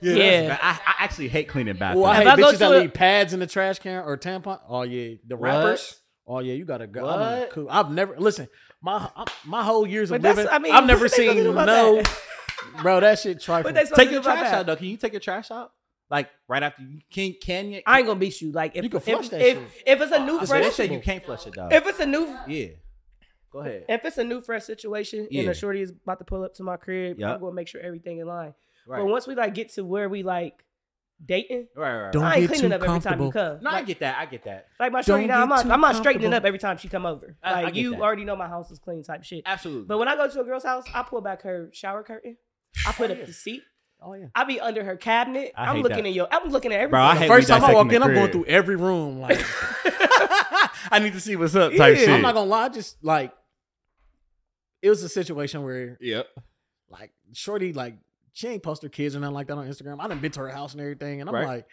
Speaker 2: Yeah.
Speaker 1: that's- I, I actually hate cleaning bathrooms.
Speaker 3: Well, I
Speaker 2: If
Speaker 3: hate
Speaker 2: I go
Speaker 3: bitches
Speaker 2: to
Speaker 3: that
Speaker 2: a-
Speaker 3: leave pads in the trash can or tampon. Oh yeah, the
Speaker 1: What?
Speaker 3: wrappers. Oh yeah, you gotta go. I'm
Speaker 1: What?
Speaker 3: cool. I've never listen. My I'm- my whole years of
Speaker 2: But that's-
Speaker 3: living,
Speaker 2: I mean,
Speaker 3: I've
Speaker 2: what
Speaker 3: never
Speaker 2: they gonna
Speaker 3: seen
Speaker 2: do about
Speaker 3: no.
Speaker 2: that?
Speaker 3: Bro, that shit trifling.
Speaker 2: What they supposed
Speaker 1: take
Speaker 2: to
Speaker 1: your
Speaker 2: do about
Speaker 1: trash
Speaker 2: that?
Speaker 1: out though. Can you take your trash out? Like right after you can can you?
Speaker 2: I ain't gonna beat you. Like if
Speaker 3: You can
Speaker 2: if-
Speaker 3: flush that
Speaker 2: if,
Speaker 3: shit.
Speaker 2: if it's a new
Speaker 1: I said, they
Speaker 2: fresh
Speaker 1: say you can't flush it though.
Speaker 2: if it's a new
Speaker 1: yeah, go ahead.
Speaker 2: if it's a new fresh situation and
Speaker 1: Yeah.
Speaker 2: a shorty is about to pull up to my crib,
Speaker 1: Yeah.
Speaker 2: I'm gonna make sure everything in line.
Speaker 1: Right,
Speaker 2: But once we like get to where we like dating,
Speaker 1: right, right.
Speaker 3: Don't
Speaker 1: right.
Speaker 2: I ain't
Speaker 3: get
Speaker 2: cleaning
Speaker 3: too
Speaker 2: up every time you
Speaker 3: comfortable.
Speaker 2: come.
Speaker 1: No, I
Speaker 2: like,
Speaker 1: get that. I get that.
Speaker 2: like my
Speaker 3: Don't
Speaker 2: shorty now, I'm
Speaker 3: get
Speaker 2: not
Speaker 3: too
Speaker 2: I'm not straightening
Speaker 3: comfortable.
Speaker 2: up every time she come over.
Speaker 1: I- I
Speaker 2: Like
Speaker 1: get
Speaker 2: you
Speaker 1: that.
Speaker 2: already know my house is clean type shit.
Speaker 1: Absolutely.
Speaker 2: But when I go to a girl's house, I pull back her shower curtain. I put up the seat.
Speaker 3: Oh yeah.
Speaker 2: I be under her cabinet.
Speaker 1: I
Speaker 2: I'm
Speaker 1: hate
Speaker 2: looking
Speaker 1: that.
Speaker 2: at your. I'm looking at everything.
Speaker 1: Bro, I hate
Speaker 3: First
Speaker 1: we
Speaker 3: time I walk
Speaker 1: dissecting
Speaker 3: in,
Speaker 1: the
Speaker 3: I'm
Speaker 1: crib.
Speaker 3: going through every room. Like
Speaker 1: I need to see what's up
Speaker 2: type shit.
Speaker 3: I'm not gonna lie, just like it was a situation where
Speaker 1: Yep.
Speaker 3: like Shorty, like she ain't post her kids or nothing like that on Instagram. I done been to her house and everything, and I'm
Speaker 1: Right.
Speaker 3: like,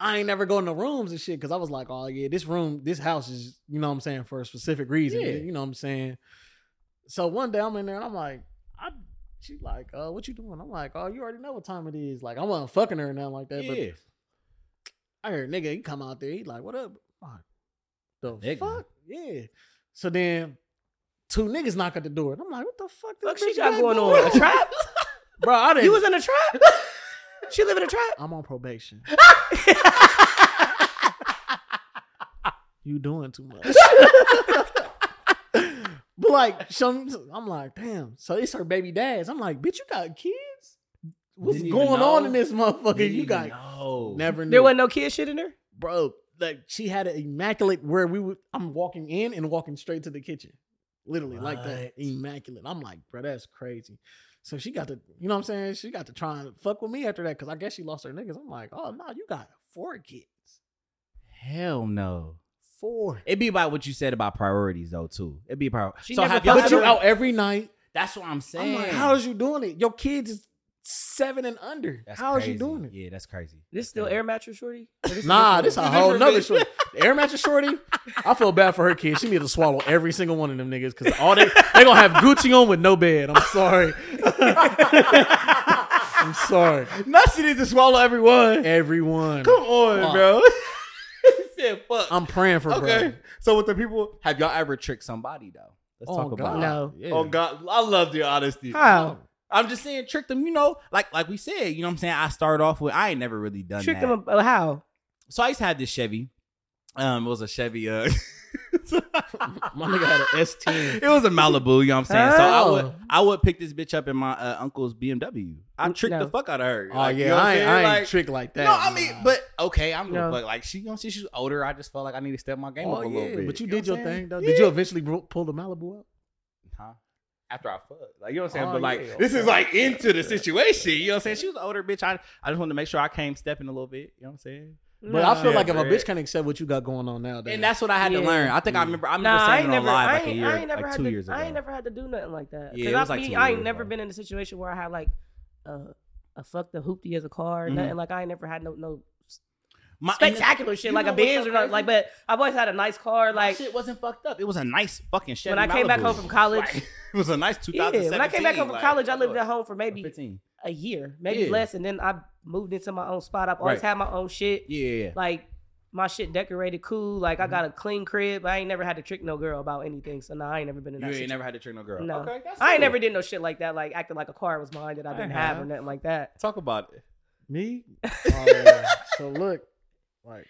Speaker 3: I ain't never going to rooms and shit because I was like, oh yeah, this room, this house is, you know, what I'm saying for a specific reason.
Speaker 1: Yeah.
Speaker 3: You know, what I'm saying. So one day I'm in there and I'm like, I. She like, uh, what you doing? I'm like, oh, you already know what time it is. Like, I wasn't fucking her or nothing like that.
Speaker 1: Yeah.
Speaker 3: But I heard nigga, he come out there, he like, what up? I'm like, the
Speaker 1: Nigga?
Speaker 3: fuck? Yeah. So then two niggas knock at the door. And I'm like, what the fuck? this
Speaker 2: Fuck, she
Speaker 3: bitch
Speaker 2: got going on
Speaker 3: going
Speaker 2: a trap.
Speaker 3: Bro, I didn't
Speaker 2: You was in a trap. she live in a trap.
Speaker 3: I'm on probation. you doing too much. but like, some, I'm like, damn. So it's her baby dad's. I'm like, bitch, you got kids? What's
Speaker 1: Didn't even
Speaker 3: going on
Speaker 1: know.
Speaker 3: in this motherfucker? you got
Speaker 1: no.
Speaker 3: never knew,
Speaker 2: There wasn't no kid shit in there.
Speaker 3: bro. Like she had an immaculate where we would. I'm walking in and walking straight to the kitchen, literally like that.
Speaker 1: What?
Speaker 3: Immaculate. I'm like, bro, that's crazy. So she got to, you know what I'm saying? She got to try and fuck with me after that because I guess she lost her niggas. I'm like, oh no, you got four kids.
Speaker 1: Hell no.
Speaker 3: Four.
Speaker 1: It'd be about what you said about priorities though too. It'd be about
Speaker 2: She
Speaker 1: so
Speaker 2: never
Speaker 1: have y'all
Speaker 3: But you
Speaker 1: ever-
Speaker 3: out every night.
Speaker 1: That's what I'm
Speaker 3: I'm
Speaker 1: saying.
Speaker 3: like, how is you doing it? Your kids is seven and under.
Speaker 1: That's
Speaker 3: how is you
Speaker 1: crazy.
Speaker 3: doing it?
Speaker 1: Yeah, that's crazy.
Speaker 2: This still air mattress shorty. Or this is
Speaker 3: Nah,
Speaker 2: different
Speaker 3: this
Speaker 2: one?
Speaker 3: a whole
Speaker 1: different
Speaker 3: nother
Speaker 1: bitch.
Speaker 3: shorty. The air mattress shorty, I feel bad for her kids. She need to swallow every single one of them niggas because all they they gonna have Gucci on with no bed. I'm sorry. I'm sorry.
Speaker 1: Not she needs to swallow everyone.
Speaker 3: Everyone.
Speaker 1: Come on,
Speaker 3: Fuck.
Speaker 1: bro. He said fuck.
Speaker 3: I'm praying for
Speaker 1: okay.
Speaker 3: okay.
Speaker 1: So with the people, have y'all ever tricked somebody though? Let's
Speaker 3: Oh,
Speaker 1: talk about
Speaker 3: God.
Speaker 1: it.
Speaker 2: No.
Speaker 3: Yeah.
Speaker 1: Oh God, I love your honesty.
Speaker 2: How?
Speaker 1: I'm just saying, trick them. You know, like like we said, you know what I'm saying. I started off with I ain't never really done
Speaker 2: Tricked
Speaker 1: that.
Speaker 2: them. ab- How?
Speaker 1: So I used to have this Chevy. Um, it was a Chevy. Uh,
Speaker 3: My nigga had an S ten.
Speaker 1: It was a Malibu, you know what I'm saying? So I would
Speaker 3: Hell.
Speaker 1: I would pick this bitch up in my uh, uncle's BMW. I
Speaker 2: Mm,
Speaker 1: tricked
Speaker 2: no.
Speaker 1: the fuck out of her.
Speaker 3: Oh
Speaker 1: Like, you
Speaker 3: yeah,
Speaker 1: know what I'm
Speaker 3: I ain't,
Speaker 1: saying?
Speaker 3: I ain't
Speaker 1: Like,
Speaker 3: tricked like that.
Speaker 1: No, I mean, but okay, I'm gonna
Speaker 2: No.
Speaker 1: fuck. Like she, you know, she, she's older. I just felt like I need to step my game
Speaker 3: Oh,
Speaker 1: up a
Speaker 3: yeah,
Speaker 1: little bit.
Speaker 3: but you
Speaker 1: know
Speaker 3: did
Speaker 1: what
Speaker 3: your
Speaker 1: I'm saying?
Speaker 3: thing though. Did you eventually bro- pull the Malibu up?
Speaker 1: Huh? After I fucked, like you know what I'm saying,
Speaker 3: Oh,
Speaker 1: but like
Speaker 3: yeah,
Speaker 1: this is
Speaker 3: okay.
Speaker 1: like into the situation. You know what I'm saying? She was an older bitch. I I just wanted to make sure I came stepping a little bit. You know what I'm saying?
Speaker 3: But I feel
Speaker 1: Yeah,
Speaker 3: like if a
Speaker 1: right.
Speaker 3: bitch can't accept what you got going on nowadays,
Speaker 1: And that's what I had to
Speaker 2: Yeah.
Speaker 1: learn. I think I
Speaker 3: Mm.
Speaker 1: remember. I remember
Speaker 2: Nah, I
Speaker 1: saying
Speaker 2: ain't
Speaker 1: it on
Speaker 2: never,
Speaker 1: live
Speaker 2: I
Speaker 1: like a
Speaker 2: ain't,
Speaker 1: year,
Speaker 2: I ain't never
Speaker 1: like
Speaker 2: had
Speaker 1: two
Speaker 2: to,
Speaker 1: years ago.
Speaker 2: I ain't never had to do nothing like that.
Speaker 1: Yeah, it
Speaker 2: 'Cause I
Speaker 1: was like
Speaker 2: mean,
Speaker 1: two
Speaker 2: I ain't
Speaker 1: years
Speaker 2: never
Speaker 1: ago.
Speaker 2: been in a situation where I had like uh, a fuck the hoopty as a car or
Speaker 1: Mhm.
Speaker 2: nothing. Like I ain't never had no no
Speaker 1: My- and the-
Speaker 2: spectacular shit
Speaker 1: you
Speaker 2: like
Speaker 1: know
Speaker 2: a
Speaker 1: what's
Speaker 2: Benz
Speaker 1: so
Speaker 2: or nothing. Like, but I've always had a nice car.
Speaker 1: my
Speaker 2: Like
Speaker 1: shit wasn't fucked up. It was a nice fucking Chevy.
Speaker 2: when I came back
Speaker 1: Malibu.
Speaker 2: home from college,
Speaker 1: Like, it was a nice
Speaker 2: yeah.
Speaker 1: 2017.
Speaker 2: When I came back home from
Speaker 1: like,
Speaker 2: college, I lived
Speaker 1: look,
Speaker 2: at home for maybe
Speaker 1: 15.
Speaker 2: a year, maybe
Speaker 1: Yeah.
Speaker 2: less, and then I moved into my own spot. I've always
Speaker 1: Right.
Speaker 2: had my own shit.
Speaker 1: Yeah, yeah, yeah.
Speaker 2: Like my shit decorated cool. Like I
Speaker 1: Mhm.
Speaker 2: got a clean crib. I ain't never had to trick no girl about anything. So nah, I ain't never been in
Speaker 1: You
Speaker 2: that.
Speaker 1: ain't
Speaker 2: situation.
Speaker 1: never had to trick no girl.
Speaker 2: No.
Speaker 1: Okay, that's
Speaker 2: I ain't
Speaker 1: cool.
Speaker 2: never did no shit like that. Like acting like a car was mine that I
Speaker 1: I
Speaker 2: didn't have, or
Speaker 1: have.
Speaker 2: nothing like that.
Speaker 1: talk about it.
Speaker 3: Me? Oh, yeah. so look, like,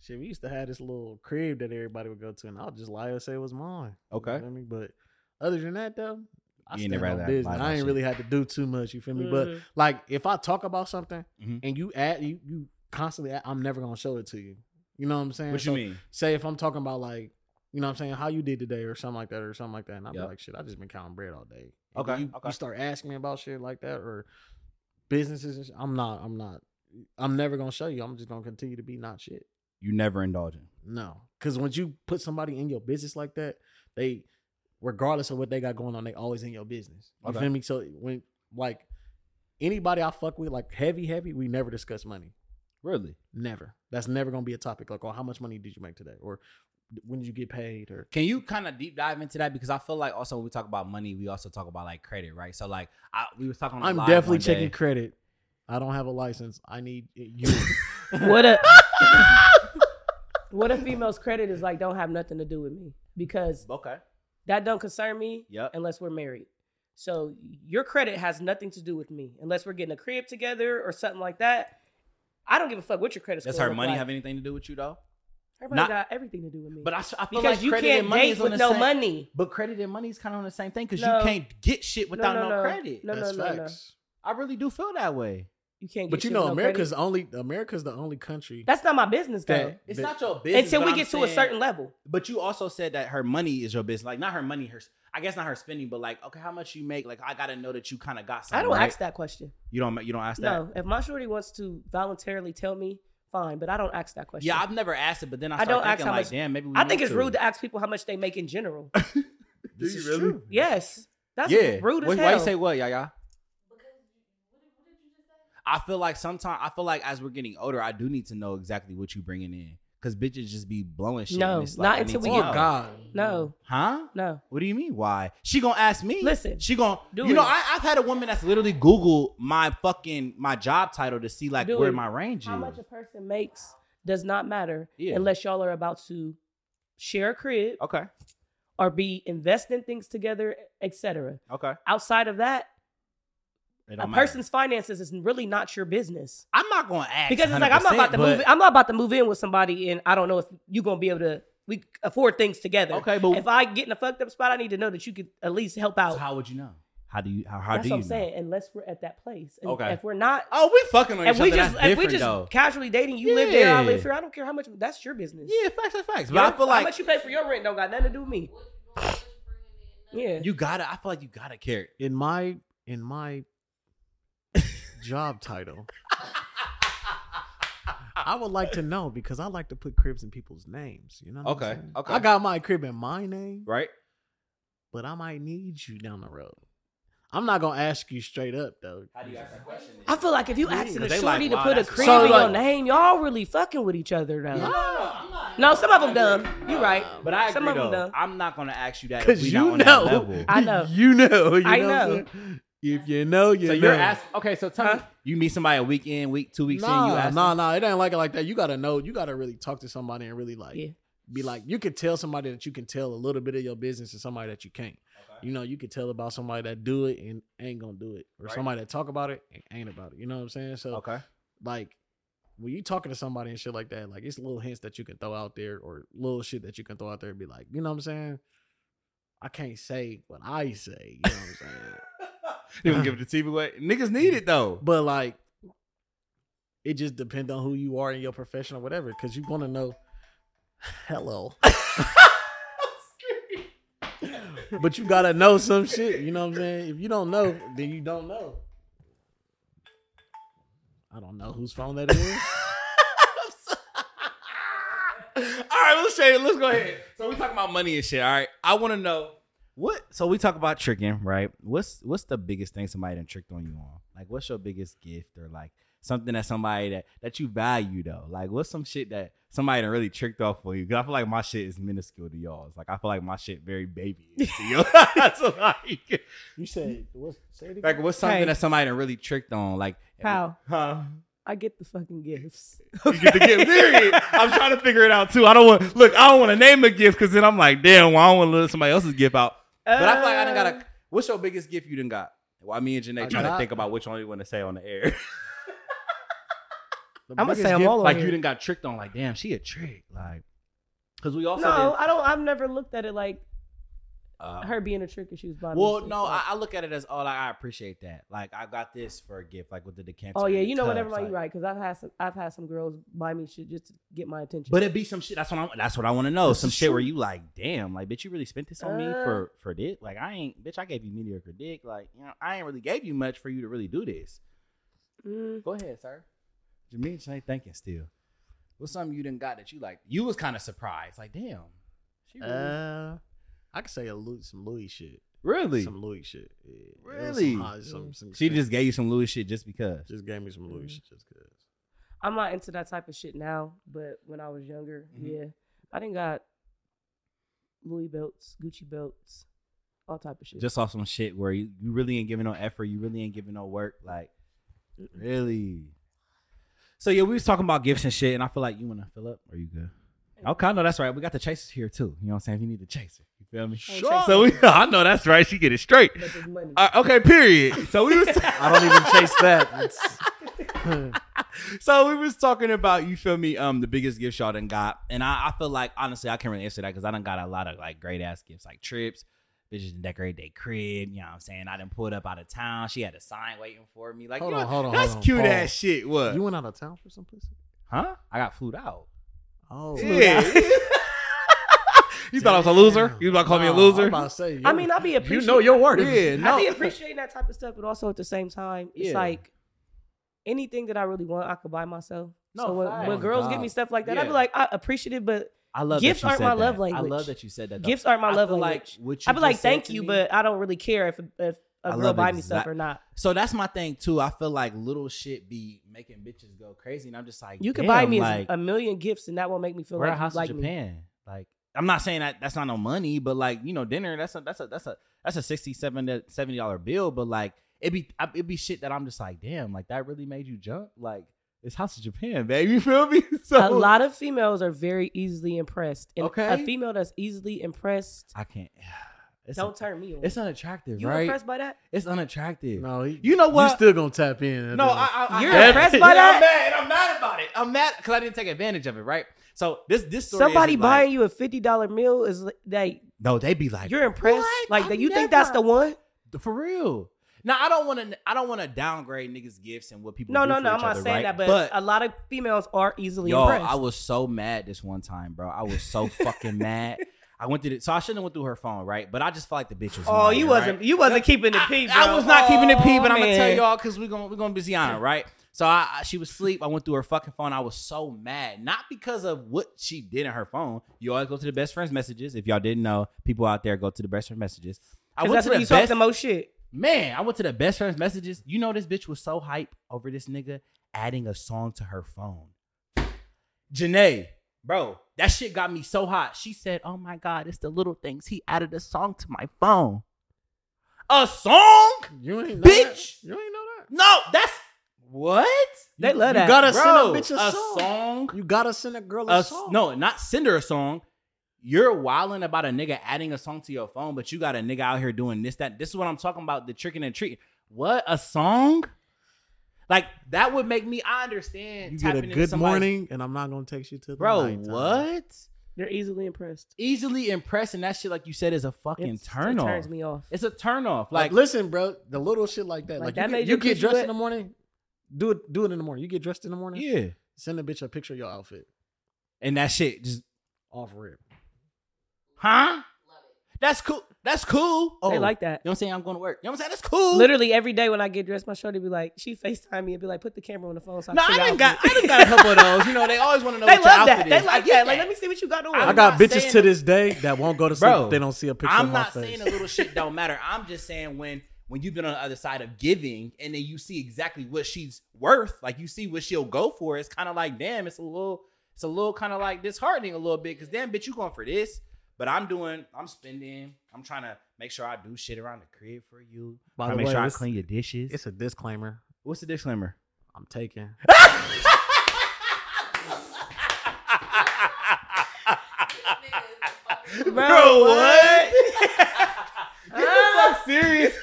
Speaker 3: shit, we used to have this little crib that everybody would go to, and I'll just lie and say it was mine. You
Speaker 1: Okay.
Speaker 3: know what I mean? But other than that, though, I
Speaker 1: You ain't
Speaker 3: stand
Speaker 1: never had
Speaker 3: on
Speaker 1: to lie
Speaker 3: business.
Speaker 1: about
Speaker 3: I ain't
Speaker 1: shit. Mm-hmm.
Speaker 3: really had to do too much. You feel me? But like, if I talk about something
Speaker 1: Mhm.
Speaker 3: and you add, you you constantly, add, I'm never gonna show it to you. You know what I'm saying?
Speaker 1: What
Speaker 3: So,
Speaker 1: you mean?
Speaker 3: Say if I'm talking about like. You know what I'm saying? How you did today or something like that or something like that. And i will
Speaker 1: Yep.
Speaker 3: be like, shit, I just been counting bread all day. And
Speaker 1: Okay,
Speaker 3: You,
Speaker 1: okay.
Speaker 3: you start asking me about shit like that or businesses. And sh- I'm not, I'm not, I'm never going to show you. I'm just going to continue to be not shit.
Speaker 1: You never indulging.
Speaker 3: No. Because once you put somebody in your business like that, they, regardless of what they got going on, they always in your business. You
Speaker 1: Okay.
Speaker 3: feel me? So when, like, anybody I fuck with, like heavy, heavy, we never discuss money.
Speaker 1: Really?
Speaker 3: Never. That's never going to be a topic. Like, oh, how much money did you make today? Or when did you get paid? Or,
Speaker 1: Can you kind of deep dive into that because I feel like also when we talk about money, we also talk about like credit, right? So like I, we was talking. On the
Speaker 3: I'm
Speaker 1: live
Speaker 3: definitely
Speaker 1: one day.
Speaker 3: checking credit. I don't have a license. I need you.
Speaker 2: Mm-hmm. What a what a female's credit is like don't have nothing to do with me because
Speaker 1: Okay.
Speaker 2: that don't concern me
Speaker 1: Yep.
Speaker 2: unless we're married. So your credit has nothing to do with me unless we're getting a crib together or something like that. I don't give a fuck what your credit score.
Speaker 1: Does her
Speaker 2: look
Speaker 1: money
Speaker 2: like.
Speaker 1: have anything to do with you though?
Speaker 2: Her money
Speaker 1: not-
Speaker 2: got everything to do with me.
Speaker 1: But I, s- I feel
Speaker 2: because
Speaker 1: like
Speaker 2: you
Speaker 1: credit
Speaker 2: can't
Speaker 1: and money
Speaker 2: date
Speaker 1: is on
Speaker 2: with
Speaker 1: the
Speaker 2: no
Speaker 1: same.
Speaker 2: money.
Speaker 1: But credit and money is kind of on the same thing because
Speaker 2: No.
Speaker 1: you can't get shit without no,
Speaker 2: no, no.
Speaker 1: credit.
Speaker 2: No,
Speaker 3: That's
Speaker 2: no, no, no.
Speaker 3: facts.
Speaker 1: I really do feel that way.
Speaker 2: You can't. Get
Speaker 3: But you
Speaker 2: shit
Speaker 3: know,
Speaker 2: with no
Speaker 3: America's
Speaker 2: credit.
Speaker 3: only America's the only country
Speaker 2: that's not my business though.
Speaker 3: that
Speaker 1: It's
Speaker 3: that-
Speaker 1: not your business
Speaker 2: Until
Speaker 1: but
Speaker 2: we
Speaker 1: I'm
Speaker 2: get to a
Speaker 1: saying-
Speaker 2: certain level.
Speaker 1: But you also said that her money is your business. Like not her money, her I guess not her spending, but like okay, how much you make? Like I gotta know that you kind of got something.
Speaker 2: I don't
Speaker 1: right?
Speaker 2: ask that question.
Speaker 1: You don't. You don't ask that.
Speaker 2: No, if my shorty wants to voluntarily tell me, fine, but I don't ask that question.
Speaker 1: Yeah, I've never asked it, but then I,
Speaker 2: I
Speaker 1: start
Speaker 2: don't ask
Speaker 1: thinking
Speaker 2: how
Speaker 1: like,
Speaker 2: much-
Speaker 1: damn, maybe we
Speaker 2: I think
Speaker 1: need
Speaker 2: it's
Speaker 1: to.
Speaker 2: rude to ask people how much they make in general.
Speaker 3: This
Speaker 1: Do
Speaker 3: is
Speaker 1: you really?
Speaker 3: true.
Speaker 2: yes, that's
Speaker 1: yeah,
Speaker 2: rude as
Speaker 1: Why-
Speaker 2: hell.
Speaker 1: Why you say what, Yaya? I feel like sometimes I feel like as we're getting older, I do need to know exactly what you bringing in because bitches just be blowing shit.
Speaker 2: No,
Speaker 1: and it's like,
Speaker 2: not
Speaker 1: I
Speaker 2: until
Speaker 1: need
Speaker 2: we
Speaker 1: to
Speaker 3: Oh
Speaker 1: know.
Speaker 2: get-
Speaker 3: God.
Speaker 2: no,
Speaker 1: Huh?
Speaker 2: no.
Speaker 1: What do you mean? Why? She gonna ask me?
Speaker 2: Listen,
Speaker 1: she gonna.
Speaker 2: do
Speaker 1: you know,
Speaker 2: it.
Speaker 1: I, I've had a woman that's literally Google my fucking my job title to see like
Speaker 2: Do
Speaker 1: where
Speaker 2: it.
Speaker 1: my range is.
Speaker 2: How much a person makes does not matter
Speaker 1: Yeah.
Speaker 2: unless y'all are about to share a crib
Speaker 1: okay,
Speaker 2: or be investing things together, etc.
Speaker 1: okay.
Speaker 2: Outside of that,
Speaker 1: It
Speaker 2: a
Speaker 1: don't matter.
Speaker 2: person's finances is really not your business.
Speaker 1: I'm not gonna ask
Speaker 2: because it's like I'm not about to
Speaker 1: 100%,
Speaker 2: move.
Speaker 1: but-
Speaker 2: I'm not about to move in with somebody, and I don't know if you're gonna be able to we afford things together.
Speaker 1: Okay, but
Speaker 2: If I get in a fucked up spot, I need to know that you could at least help out.
Speaker 1: so how would you know? How do you? How, how
Speaker 2: That's
Speaker 1: do you?
Speaker 2: what I'm
Speaker 1: know?
Speaker 2: saying. Unless we're at that place, And
Speaker 1: Okay.
Speaker 2: If we're not,
Speaker 1: Oh, we fucking on each
Speaker 2: if we
Speaker 1: other.
Speaker 2: just
Speaker 1: That's
Speaker 2: if we
Speaker 1: different
Speaker 2: just
Speaker 1: though.
Speaker 2: casually dating, you live there, I
Speaker 1: Yeah.
Speaker 2: live here. I don't care how much. That's your business.
Speaker 1: Yeah, facts are facts. But
Speaker 2: Your-
Speaker 1: I feel
Speaker 2: how
Speaker 1: like
Speaker 2: much you pay for your rent don't got nothing to do with me. yeah,
Speaker 1: you gotta. I feel like you gotta care.
Speaker 3: In my in my job title, I would like to know because I like to put cribs in people's names. You know. what I'm
Speaker 1: Okay,
Speaker 3: saying?
Speaker 1: okay.
Speaker 3: I got my crib in my name,
Speaker 1: Right?
Speaker 3: but I might need you down the road. I'm not gonna ask you straight up though.
Speaker 1: How do you ask that question?
Speaker 2: I feel like if you
Speaker 1: Yeah,
Speaker 2: asking a
Speaker 1: they like,
Speaker 2: shorty
Speaker 1: wow,
Speaker 2: to put a
Speaker 1: that's-
Speaker 2: crib
Speaker 3: So,
Speaker 2: in your
Speaker 3: like-
Speaker 2: name, y'all really fucking with each other now.
Speaker 1: No, no, no, I'm not.
Speaker 2: No, some of them dumb. You right?
Speaker 1: But I agree
Speaker 2: Some of them
Speaker 1: though.
Speaker 2: dumb.
Speaker 1: I'm not gonna ask you that if
Speaker 3: Because
Speaker 1: we
Speaker 3: you
Speaker 1: not on that
Speaker 3: know,
Speaker 1: level.
Speaker 2: I know.
Speaker 3: you know, you
Speaker 2: I
Speaker 3: know. what I'm saying? If you know, you
Speaker 1: so
Speaker 3: know.
Speaker 1: you're asking. Okay, so tell me,
Speaker 2: Huh?
Speaker 1: you meet somebody a week in, week two weeks in, you
Speaker 3: Nah,
Speaker 1: ask.
Speaker 3: nah,
Speaker 1: them-
Speaker 3: nah. It ain't like it like that. You gotta know. You gotta really talk to somebody and really like
Speaker 2: Yeah.
Speaker 3: be like. You could tell somebody that you can tell a little bit of your business to somebody that you can't. You know, you could tell about somebody that do it and ain't gonna do it, or
Speaker 1: Right.
Speaker 3: somebody that talk about it and ain't about it. You know what I'm saying? So
Speaker 1: Okay.
Speaker 3: like, when you talking to somebody and shit like that, like it's little hints that you can throw out there or little shit that you can throw out there and be like, you know what I'm saying? I can't say what I say. You know what I'm saying?
Speaker 1: You gonna give the TV away? Niggas need it though.
Speaker 3: But like, it just depends on who you are in your profession or whatever, because you want to know. Hello. but you gotta know some shit. You know what I'm saying? If you don't know, then you don't know. I don't know whose phone that is.
Speaker 1: all right, let's say let's go ahead. So we talking about money and shit. All right, I want to know what. So we talk about tricking, right? What's what's the biggest thing somebody done tricked on you on? Like, what's your biggest gift or like something that somebody that that you value though? Like, what's some shit that somebody done really tricked off for you? Because I feel like my shit is minuscule to y'all. It's like I feel like my shit very baby. to y'all. so like,
Speaker 3: you said what's say it
Speaker 1: like,
Speaker 3: again?
Speaker 1: what's something
Speaker 2: Hey.
Speaker 1: that somebody done really tricked on? Like,
Speaker 2: How?
Speaker 1: Huh?
Speaker 2: I get the fucking gifts.
Speaker 1: You get the gift. Period. I'm trying to figure it out too. I don't want look. I don't want to name a gift because then I'm like, damn. Well, I don't want to let somebody else's gift out. But I feel like I didn't got
Speaker 2: Uh,
Speaker 1: a. What's your biggest gift you didn't got? Why me and Janae
Speaker 3: I
Speaker 1: trying to
Speaker 3: got-
Speaker 1: think about which one you want to say on the air?
Speaker 3: The
Speaker 2: I'm gonna
Speaker 3: biggest
Speaker 2: say I'm
Speaker 3: gift-
Speaker 2: all
Speaker 1: like
Speaker 2: over
Speaker 1: you
Speaker 2: it.
Speaker 1: didn't got tricked on. Like damn, she a trick. Like because we also
Speaker 2: No,
Speaker 1: did.
Speaker 2: I don't. I've never looked at it like
Speaker 1: uh,
Speaker 2: her being a trick and she was buying. me
Speaker 1: well,
Speaker 2: shit,
Speaker 1: no,
Speaker 2: like-
Speaker 1: I, I look at it as oh, like I appreciate that. Like I got this for a gift, like with the decanter.
Speaker 2: Oh yeah,
Speaker 1: and
Speaker 2: you know
Speaker 1: the
Speaker 2: what?
Speaker 1: tubs,
Speaker 2: Never mind.
Speaker 1: like-
Speaker 2: You're right. Because I've had some. I've had some girls buy me shit just to get my attention.
Speaker 1: But it be some shit. That's what I. That's what I want to know.
Speaker 3: This
Speaker 1: Some
Speaker 3: is
Speaker 1: shit where
Speaker 3: true.
Speaker 1: you like, damn, like, bitch, you really spent this on me
Speaker 2: Uh.
Speaker 1: for for dick. Like, I ain't, bitch, I gave you mediocre dick. Like, you know, I ain't really gave you much for you to really do this.
Speaker 2: Mm,
Speaker 1: Go ahead, sir. Jameen Shane thinking still. What's something you didn't got that you like? You was kind of surprised. Like, damn, she really,
Speaker 3: Uh, I could say a Louis, some Louis shit.
Speaker 1: really.
Speaker 3: Some Louis shit. Yeah. It was
Speaker 1: Really?
Speaker 3: Some, hot- some, some
Speaker 1: She
Speaker 3: shit.
Speaker 1: just Mm. gave you some Louis shit just because.
Speaker 3: just gave me some Louis shit just cause.
Speaker 2: I'm not into that type of shit now. But when I was younger,
Speaker 1: Mhm.
Speaker 2: yeah, I didn't got Louis belts, Gucci belts, all type of shit.
Speaker 1: Just off some shit where you, you really ain't giving no effort. You really ain't giving no work. Like, really. So yeah, we was talking about gifts and shit, and I feel like you want to fill up. Are you good? Okay, I know that's right. We got the chasers here too. You know what I'm saying? If you need the chaser, you feel me?
Speaker 2: Hey, Sure.
Speaker 1: So we, I know that's right. She get it straight.
Speaker 2: but there's money.
Speaker 1: Uh, okay, period. So we was.
Speaker 3: I don't even chase that. It's-
Speaker 1: so we was talking about you feel me um the biggest gift y'all done got and i, I feel like honestly i can't really answer that because i done got a lot of like great ass gifts like trips bitches done decorate their crib you know what i'm saying i done pulled up out of town she had a sign waiting for me like
Speaker 3: Hold
Speaker 1: you know,
Speaker 3: on, hold on,
Speaker 1: that's
Speaker 3: hold on,
Speaker 1: cute
Speaker 3: hold on.
Speaker 1: ass shit what
Speaker 3: you went out of town for some pussy?
Speaker 1: huh i got flued out
Speaker 3: Oh,
Speaker 1: yeah you thought i was a loser
Speaker 3: Damn.
Speaker 1: you about to call me a
Speaker 3: Nah,
Speaker 1: loser
Speaker 3: I'm about to say,
Speaker 2: I
Speaker 3: you-
Speaker 2: mean, I'll be
Speaker 3: you
Speaker 2: appreciating.
Speaker 3: know your worth.
Speaker 1: yeah no
Speaker 2: I be appreciating that type of stuff, but also at the same time, it's
Speaker 1: Yeah.
Speaker 2: like anything that I really want, I could buy myself.
Speaker 1: No,
Speaker 2: so
Speaker 1: facts.
Speaker 2: when, when
Speaker 3: Oh,
Speaker 2: girls give
Speaker 3: God.
Speaker 2: me stuff like that, I'd
Speaker 1: Yeah.
Speaker 2: be like, I appreciative, but
Speaker 1: I love
Speaker 2: Gifts
Speaker 1: that you
Speaker 2: aren't
Speaker 1: said
Speaker 2: my
Speaker 1: that.
Speaker 2: love
Speaker 1: I love
Speaker 2: language.
Speaker 1: that you said that. though.
Speaker 2: gifts aren't my
Speaker 1: I
Speaker 2: love
Speaker 1: feel
Speaker 2: language.
Speaker 1: Like, what you
Speaker 2: I'd be like,
Speaker 1: just said
Speaker 2: thank
Speaker 1: to
Speaker 2: you,
Speaker 1: me-
Speaker 2: but I don't really care if if
Speaker 1: I
Speaker 2: a girl
Speaker 1: love
Speaker 2: buy me
Speaker 1: exact-
Speaker 2: stuff or not.
Speaker 1: So that's my thing too. I feel like little shit be making bitches go crazy, and I'm just like,
Speaker 2: You could
Speaker 1: damn,
Speaker 2: buy me
Speaker 1: like,
Speaker 2: a million gifts, and that won't make me feel
Speaker 1: we're
Speaker 2: like
Speaker 1: a
Speaker 2: you
Speaker 1: house in
Speaker 2: like me.
Speaker 1: Japan. Like, I'm not saying that that's not no money, but like you know, dinner that's a that's a that's a that's a sixty seven to seventy dollar bill, but like it be I- it be shit that I'm just like, damn, like that really made you jump. Like it's house in Japan, baby. You feel me? So
Speaker 2: A lot of females are very easily impressed, and
Speaker 1: Okay.
Speaker 2: a female that's easily impressed
Speaker 1: I can't. It's
Speaker 2: don't turn me on.
Speaker 1: it's unattractive,
Speaker 2: you
Speaker 1: right?
Speaker 2: impressed by that?
Speaker 1: It's unattractive.
Speaker 3: No, he,
Speaker 1: You know what?
Speaker 3: You still gonna tap in?
Speaker 1: No, I, I, I,
Speaker 2: You're
Speaker 1: I-
Speaker 2: impressed
Speaker 1: Yeah,
Speaker 2: by that?
Speaker 1: I'm mad. and I'm mad about it. I'm mad because I didn't take advantage of it. Right. So this this story
Speaker 2: Somebody
Speaker 1: isn't
Speaker 2: buying
Speaker 1: like,
Speaker 2: you a fifty dollar meal is like- like
Speaker 1: No, they be like
Speaker 2: you're impressed,
Speaker 1: What?
Speaker 2: like
Speaker 1: I've
Speaker 2: that. You think that's the
Speaker 1: never-
Speaker 2: one?
Speaker 1: for real. Now I don't want to. I don't want to downgrade niggas' gifts and what people.
Speaker 2: No,
Speaker 1: do
Speaker 2: no,
Speaker 1: for
Speaker 2: no. I'm
Speaker 1: each
Speaker 2: not
Speaker 1: other,
Speaker 2: saying
Speaker 1: right?
Speaker 2: that, but, a lot of females are easily
Speaker 1: Y'all,
Speaker 2: impressed.
Speaker 1: I was so mad this one time, bro. I was so fucking mad. I went through it, so I shouldn't have went through her phone, right? But I just felt like the bitch was.
Speaker 2: oh,
Speaker 1: lying,
Speaker 2: you
Speaker 1: right?
Speaker 2: wasn't you wasn't keeping the
Speaker 1: I-
Speaker 2: peace. Oh,
Speaker 1: I, was not keeping it pee, but I'm gonna
Speaker 2: man.
Speaker 1: tell y'all because we're gonna we're gonna be Ziana, right? So I, I- she was asleep. I went through her fucking phone. I was so mad, not because of what she did in her phone. You always go to the best friends messages. If y'all didn't know, people out there go to the best friends messages. I
Speaker 2: Cause
Speaker 1: went
Speaker 2: that's
Speaker 1: to
Speaker 2: when
Speaker 1: the
Speaker 2: you talk
Speaker 1: best
Speaker 2: the most shit.
Speaker 1: man. I went to the best friends messages. You know this bitch was so hype over this nigga adding a song to her phone. Janae, bro, that shit got me so hot. She said, "Oh my god, it's the little things. He added a song to my phone. A song."
Speaker 3: you ain't know
Speaker 1: Bitch!
Speaker 3: That. You ain't know that.
Speaker 1: No, that's what
Speaker 2: They love
Speaker 3: you
Speaker 2: that.
Speaker 3: gotta
Speaker 1: Bro,
Speaker 3: send a bitch a, song. You gotta send a girl
Speaker 1: A
Speaker 3: a,
Speaker 1: s-
Speaker 3: song.
Speaker 1: no, not send her a song. You're wilding about a nigga adding a song to your phone, but you got a nigga out here doing this, that. This is what I'm talking about. The tricking and treating. What a song. Like that would make me. I understand.
Speaker 3: You get a
Speaker 1: tapping into
Speaker 3: good
Speaker 1: somebody's-
Speaker 3: morning, and I'm not gonna text you to the
Speaker 1: bro.
Speaker 3: nighttime.
Speaker 1: What?
Speaker 2: They're easily impressed.
Speaker 1: Easily impressed, and that shit, like you said, is a fucking
Speaker 2: It's-
Speaker 1: turn
Speaker 2: it
Speaker 1: off.
Speaker 2: turns me off.
Speaker 1: It's a turn off.
Speaker 3: Like,
Speaker 1: Like,
Speaker 3: listen, bro, the little shit like that.
Speaker 2: Like,
Speaker 3: Like,
Speaker 2: that
Speaker 3: you,
Speaker 2: made
Speaker 3: get, you
Speaker 2: your
Speaker 3: get
Speaker 2: picture
Speaker 3: dressed
Speaker 2: wet?
Speaker 3: in the morning. Do it. Do it in the morning. You get dressed in the morning.
Speaker 1: yeah,
Speaker 3: Send a bitch a picture of your outfit.
Speaker 1: and that shit just
Speaker 3: Off rip.
Speaker 1: huh? That's cool. That's cool. Oh,
Speaker 2: They
Speaker 1: like
Speaker 2: like that.
Speaker 1: you know what I'm saying? I'm going to work. You know what I'm saying? That's cool.
Speaker 2: Literally every day when I get dressed, my shorty be like, she Facetime me and be like, put the camera on the phone. So
Speaker 1: No,
Speaker 2: can
Speaker 1: I
Speaker 2: see your
Speaker 1: didn't got. I
Speaker 2: outfit."
Speaker 1: didn't got a couple of those. You know, they always want to know.
Speaker 2: they
Speaker 1: what your
Speaker 2: love that.
Speaker 1: outfit
Speaker 2: They
Speaker 1: is. I
Speaker 2: like
Speaker 1: get
Speaker 2: that. Like, let me see what you got on.
Speaker 1: I'm
Speaker 3: i got
Speaker 1: not
Speaker 3: bitches
Speaker 1: saying
Speaker 3: to
Speaker 1: that-
Speaker 3: this day that won't go to sleep
Speaker 1: Bro,
Speaker 3: if they don't see a picture
Speaker 1: I'm
Speaker 3: of my
Speaker 1: not
Speaker 3: face.
Speaker 1: saying the little shit don't matter. I'm just saying when when you've been on the other side of giving and then you see exactly what she's worth, like you see what she'll go for, it's kind of like damn, it's a little, it's a little kind of like disheartening a little bit because damn, bitch, you going for this, but I'm doing, I'm spending, I'm trying to make sure I do shit around the crib for you.
Speaker 3: By
Speaker 1: I
Speaker 3: the
Speaker 1: make
Speaker 3: way,
Speaker 1: sure I
Speaker 3: it's-
Speaker 1: clean your dishes.
Speaker 3: It's a disclaimer.
Speaker 1: What's the disclaimer?
Speaker 3: I'm taking.
Speaker 1: Bro,
Speaker 2: Bro,
Speaker 1: what?
Speaker 2: what?
Speaker 1: Get the fuck serious.